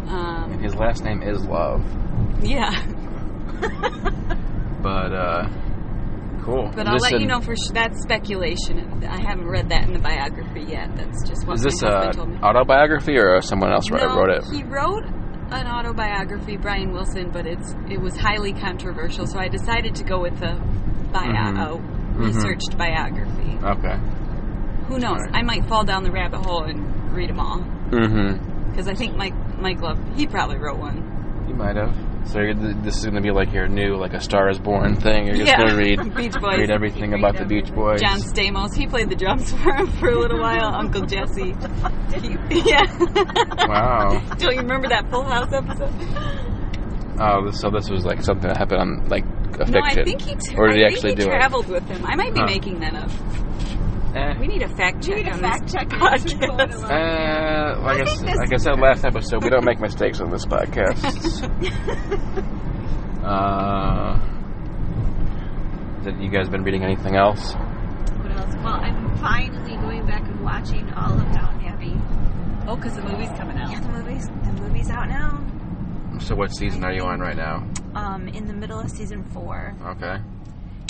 Speaker 3: Um,
Speaker 1: And his last name is Love,
Speaker 3: yeah,
Speaker 1: but uh, cool.
Speaker 3: but I'll let you
Speaker 1: Listen,
Speaker 3: know for sure. That's speculation. I haven't read that in the biography yet. That's just what
Speaker 1: Is this
Speaker 3: my
Speaker 1: a
Speaker 3: husband told me.
Speaker 1: autobiography or someone else wrote,
Speaker 3: No,
Speaker 1: wrote it?
Speaker 3: He wrote an autobiography, Brian Wilson, but it's it was highly controversial. So I decided to go with the bio,
Speaker 1: Mhm.
Speaker 3: a researched biography.
Speaker 1: Okay.
Speaker 3: Who knows?
Speaker 1: Alright.
Speaker 3: I might fall down the rabbit hole and read them all
Speaker 1: Mm-hmm.
Speaker 3: because I think Mike Mike Love he probably wrote one.
Speaker 1: You might have. So you're, th- this is gonna be like your new like a Star Is Born thing. You're just
Speaker 3: Yeah.
Speaker 1: gonna read
Speaker 3: Beach Boys.
Speaker 1: read everything about the Beach Boys.
Speaker 3: John Stamos. He played the drums for him for a little while. Uncle Jesse. He- yeah.
Speaker 1: Wow.
Speaker 3: Don't you remember that Full House episode?
Speaker 1: Oh, this, so this was like something that happened on like a fiction.
Speaker 3: No, I think he. Tra-
Speaker 1: or did he
Speaker 3: I think
Speaker 1: actually do it?
Speaker 3: traveled with him. I might be
Speaker 1: Huh.
Speaker 3: making that up.
Speaker 1: Eh.
Speaker 3: We need a fact check.
Speaker 2: need a
Speaker 3: on
Speaker 2: fact
Speaker 3: this
Speaker 2: check.
Speaker 3: Podcast.
Speaker 1: Uh, like I, s- like I said last episode, we don't make mistakes on this podcast. uh, that you guys been reading anything else?
Speaker 2: What else? Well, I'm finally going back and watching all of Down Abbey.
Speaker 3: Oh, because the movie's coming out.
Speaker 2: Yeah, the movies. The movie's out now.
Speaker 1: So, what season are you on right now?
Speaker 2: Um, in the middle of season four,
Speaker 1: Okay.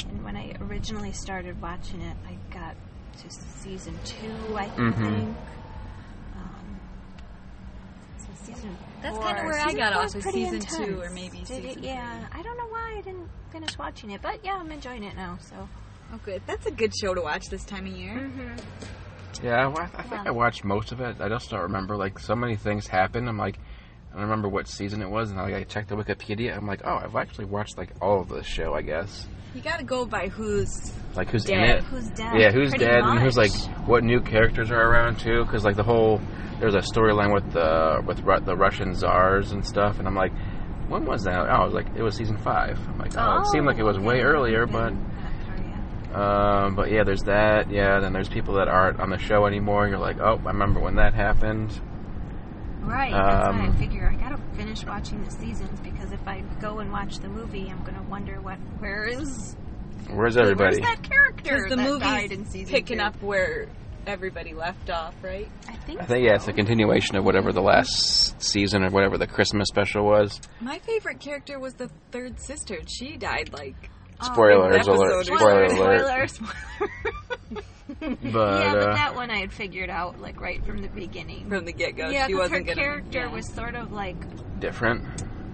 Speaker 2: and when I originally started watching it, I got to season two, I
Speaker 1: Mhm.
Speaker 2: think. Um, season.
Speaker 3: That's
Speaker 2: four.
Speaker 3: kinda where I
Speaker 2: Season
Speaker 3: got
Speaker 2: four
Speaker 3: off,
Speaker 2: was
Speaker 3: was
Speaker 2: pretty
Speaker 3: season two
Speaker 2: intense.
Speaker 3: or maybe
Speaker 2: Did it-
Speaker 3: season
Speaker 2: Yeah, I don't know why I didn't finish watching it, but yeah, I'm enjoying it now. So
Speaker 3: Oh, good. That's a good show to watch this time of year.
Speaker 1: Yeah, I, wa- I think I watched most of it. I just don't remember. Like so many things happened. I'm like, I don't remember what season it was, and I, I checked the Wikipedia. I'm like, oh, I've actually watched like all of this show. I guess
Speaker 3: You gotta go by who's.
Speaker 1: like who's in
Speaker 3: Dead.
Speaker 1: it.
Speaker 2: who's dead?
Speaker 1: Yeah, who's
Speaker 2: Pretty
Speaker 1: dead and who's like
Speaker 2: much.
Speaker 1: what new characters are around too? Because like the whole there's a storyline with the with Ru- the Russian czars and stuff, and I'm like, when was that? Oh, it was like it was season five. I'm like, oh, it seemed like it was way earlier, but um, but yeah, there's that. Yeah, then there's people that aren't on the show anymore. You're like, oh, I remember when that happened.
Speaker 2: Right, that's why
Speaker 1: Um,
Speaker 2: I figure I gotta finish watching the seasons because if I go and watch the movie, I'm gonna wonder what where is
Speaker 1: Where's everybody?
Speaker 2: where's that character
Speaker 3: Because the
Speaker 2: that died in
Speaker 3: movie's
Speaker 2: season
Speaker 3: picking
Speaker 2: two?
Speaker 3: up where everybody left off, right?
Speaker 2: I think
Speaker 1: I think yeah, it's a continuation of whatever the last season or whatever the Christmas special was.
Speaker 3: My favorite character was the third sister. She died like.
Speaker 2: Oh,
Speaker 1: Spoilers
Speaker 3: episode
Speaker 1: alert!
Speaker 3: or
Speaker 1: Spoiler
Speaker 3: something.
Speaker 1: alert!
Speaker 2: Spoiler, spoiler.
Speaker 1: But, uh,
Speaker 2: yeah, but that one I had figured out like right from the beginning.
Speaker 3: From the get go,
Speaker 2: yeah,
Speaker 3: she
Speaker 2: 'cause
Speaker 3: wasn't
Speaker 2: her
Speaker 3: gonna.
Speaker 2: character
Speaker 3: yeah.
Speaker 2: was sort of like
Speaker 1: different.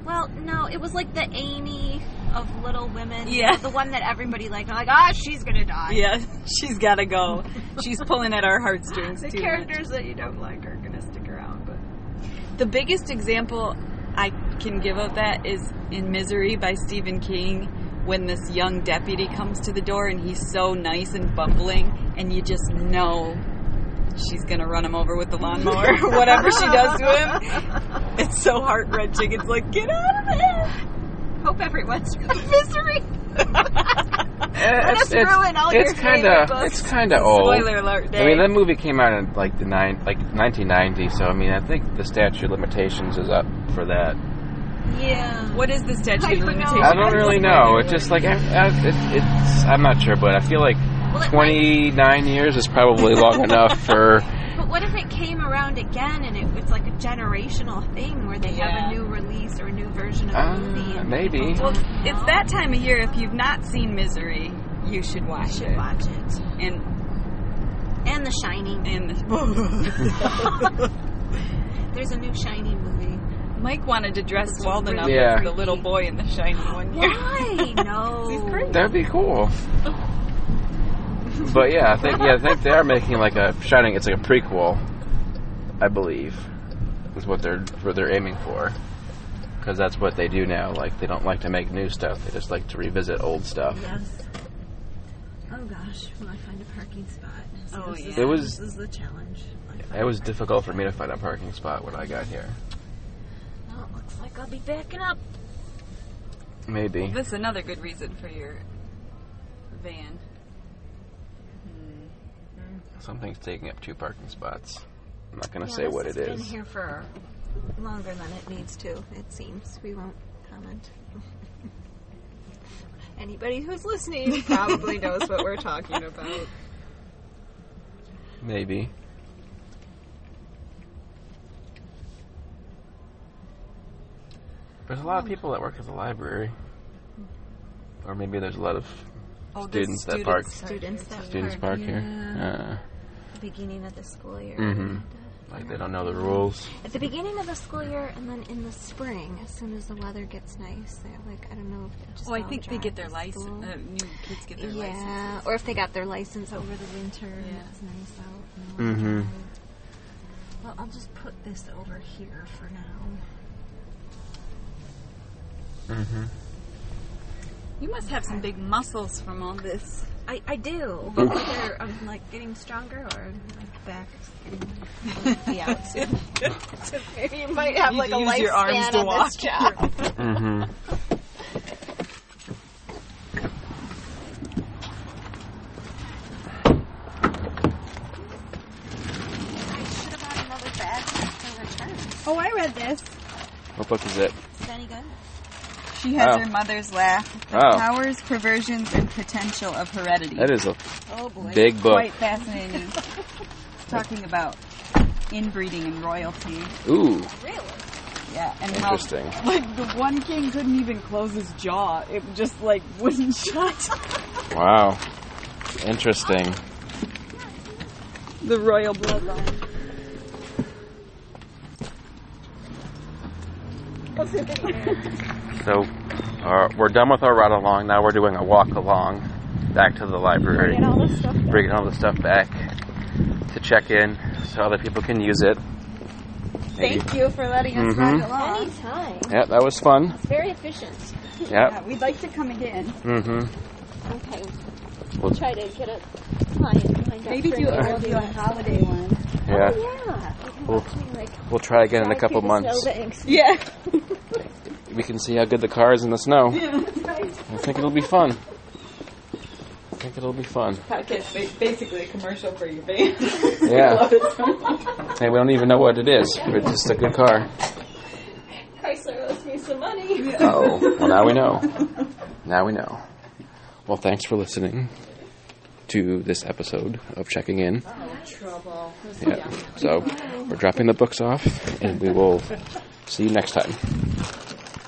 Speaker 2: Well, no, it was like the Amy of Little Women.
Speaker 3: Yeah.
Speaker 2: The one that everybody liked. Like, ah, she's gonna die.
Speaker 3: Yeah, she's gotta go. She's pulling at our heartstrings
Speaker 2: The
Speaker 3: too. much.
Speaker 2: characters that you don't like are gonna stick around, but
Speaker 3: The biggest example I can give of that is in Misery by Stephen King when this young deputy comes to the door and he's so nice and bumbling, and you just know she's going to run him over with the lawnmower, whatever she does to him. It's so heart wrenching. It's like, get out of there!
Speaker 2: hope everyone's reading Misery.
Speaker 1: it's
Speaker 2: us ruin all your
Speaker 1: kind of
Speaker 2: favorite
Speaker 1: it's kind of old.
Speaker 3: Spoiler alert,
Speaker 1: Oh. I mean,
Speaker 3: Dave.
Speaker 1: that movie came out in like the nine, like 1990. So I mean, I think the statute of limitations is up for that.
Speaker 2: Yeah.
Speaker 3: What is the
Speaker 2: I
Speaker 3: statute of
Speaker 2: don't know.
Speaker 3: limitations?
Speaker 1: I don't really know. It's just like I, I, it, it's. I'm not sure, but I feel like
Speaker 2: Well, it might-
Speaker 1: 29 years is probably long enough for.
Speaker 2: But what if it came around again and it was like a generational thing where they
Speaker 3: Yeah.
Speaker 2: have a new release or a new version of
Speaker 1: Ah,
Speaker 2: a movie? and
Speaker 1: maybe.
Speaker 2: people
Speaker 3: Well,
Speaker 2: don't
Speaker 3: it's
Speaker 2: know?
Speaker 3: that time of year. If you've not seen Misery, you should watch it.
Speaker 2: Watch it.
Speaker 3: And
Speaker 2: And The Shining.
Speaker 3: and the-
Speaker 2: There's a new Shining movie.
Speaker 3: Mike wanted to dress Walden up
Speaker 1: Yeah.
Speaker 3: as the little boy in the shiny one year.
Speaker 2: Why? No.
Speaker 3: He's crazy.
Speaker 1: That'd be cool. But yeah, I think yeah, I think they are making like a shining. It's like a prequel, I believe, is what they're what they're aiming for. Because that's what they do now. Like they don't like to make new stuff. They just like to revisit old stuff.
Speaker 2: Yes. Oh gosh, will I find a parking spot? So
Speaker 3: Oh,
Speaker 2: this
Speaker 3: yeah.
Speaker 2: is-
Speaker 1: It was-
Speaker 2: this is the challenge. Like,
Speaker 1: It was difficult for me to find a parking spot when I got here.
Speaker 2: oh, it looks like I'll be backing up.
Speaker 1: Maybe.
Speaker 3: That's another good reason for your van.
Speaker 1: Something's taking up two parking spots. I'm not gonna
Speaker 2: Yeah,
Speaker 1: say
Speaker 2: this
Speaker 1: what
Speaker 2: has
Speaker 1: it
Speaker 2: Been
Speaker 1: is.
Speaker 2: here for longer than it needs to. It seems we won't comment. Anybody who's listening probably knows what we're talking about.
Speaker 1: Maybe. There's a lot of people that work at the library. Or maybe there's a lot of
Speaker 3: Oh, the
Speaker 1: Students that park.
Speaker 2: Students that
Speaker 1: students park
Speaker 2: yeah,
Speaker 1: here.
Speaker 2: Beginning of the school year.
Speaker 1: Uh, mm-hmm. Like they don't know the rules.
Speaker 2: At the beginning of the school year, and then in the spring, as soon as the weather gets nice, they're like I don't know. If they just
Speaker 3: Oh, I
Speaker 2: all
Speaker 3: think they
Speaker 2: drive
Speaker 3: get their
Speaker 2: to
Speaker 3: license.
Speaker 2: school.
Speaker 3: Uh, new kids get their
Speaker 2: yeah,
Speaker 3: licenses.
Speaker 2: or if they got their license over the winter and
Speaker 3: Yeah.
Speaker 2: it's nice out. and they'll
Speaker 1: Mm-hmm.
Speaker 2: drive. Well, I'll just put this over here for now.
Speaker 1: Mm-hmm.
Speaker 3: You must have some big muscles from all this.
Speaker 2: I, I do. But whether I'm like getting stronger or like back be out soon. so maybe you might have
Speaker 3: You
Speaker 2: like a
Speaker 3: use
Speaker 2: lifespan
Speaker 3: your arms to
Speaker 2: on
Speaker 3: walk.
Speaker 2: this job.
Speaker 1: Mm-hmm.
Speaker 2: I should have bought another bag for return.
Speaker 7: Oh, I read this.
Speaker 1: What book is it?
Speaker 2: Is that any good?
Speaker 3: She has
Speaker 1: Oh.
Speaker 3: her mother's laugh. The
Speaker 1: Oh.
Speaker 3: powers, perversions, and potential of heredity.
Speaker 1: That is a
Speaker 2: Oh boy.
Speaker 1: big book.
Speaker 3: quite fascinating. Talking about inbreeding and royalty.
Speaker 1: Ooh,
Speaker 2: Really?
Speaker 3: Yeah, and how
Speaker 1: interesting.
Speaker 3: like the one king couldn't even close his jaw; it just like wouldn't shut.
Speaker 1: Wow. Interesting.
Speaker 3: the royal bloodline.
Speaker 1: So uh, we're done with our ride along. Now we're doing a walk along back to the library. Bringing all the stuff back. to check in so other people can use it.
Speaker 8: Thank you for letting us
Speaker 1: Mhm.
Speaker 8: ride along.
Speaker 2: Anytime.
Speaker 1: Yeah, that was fun.
Speaker 2: It's very efficient.
Speaker 1: Yeah.
Speaker 8: Yeah, we'd like to come again.
Speaker 1: Mm-hmm.
Speaker 2: Okay. We'll try to get a client behind
Speaker 8: Maybe do
Speaker 2: it.
Speaker 8: a, we'll do a holiday one.
Speaker 1: Oh, Yeah.
Speaker 2: Yeah.
Speaker 1: We'll, we'll try again in a couple months.
Speaker 8: Yeah.
Speaker 1: We can see how good the car is in the snow. I think it'll be fun. I think it'll be fun.
Speaker 7: Podcast ba- basically a commercial for your band. I
Speaker 1: Yeah.
Speaker 7: love it so much.
Speaker 1: Hey, we don't even know what it is. It's just a good car.
Speaker 6: Chrysler owes me some money.
Speaker 1: Oh, well, now we know. Now we know. Well, thanks for listening to this episode of Checking In. Yeah. So, we're dropping the books off, and we will see you next time.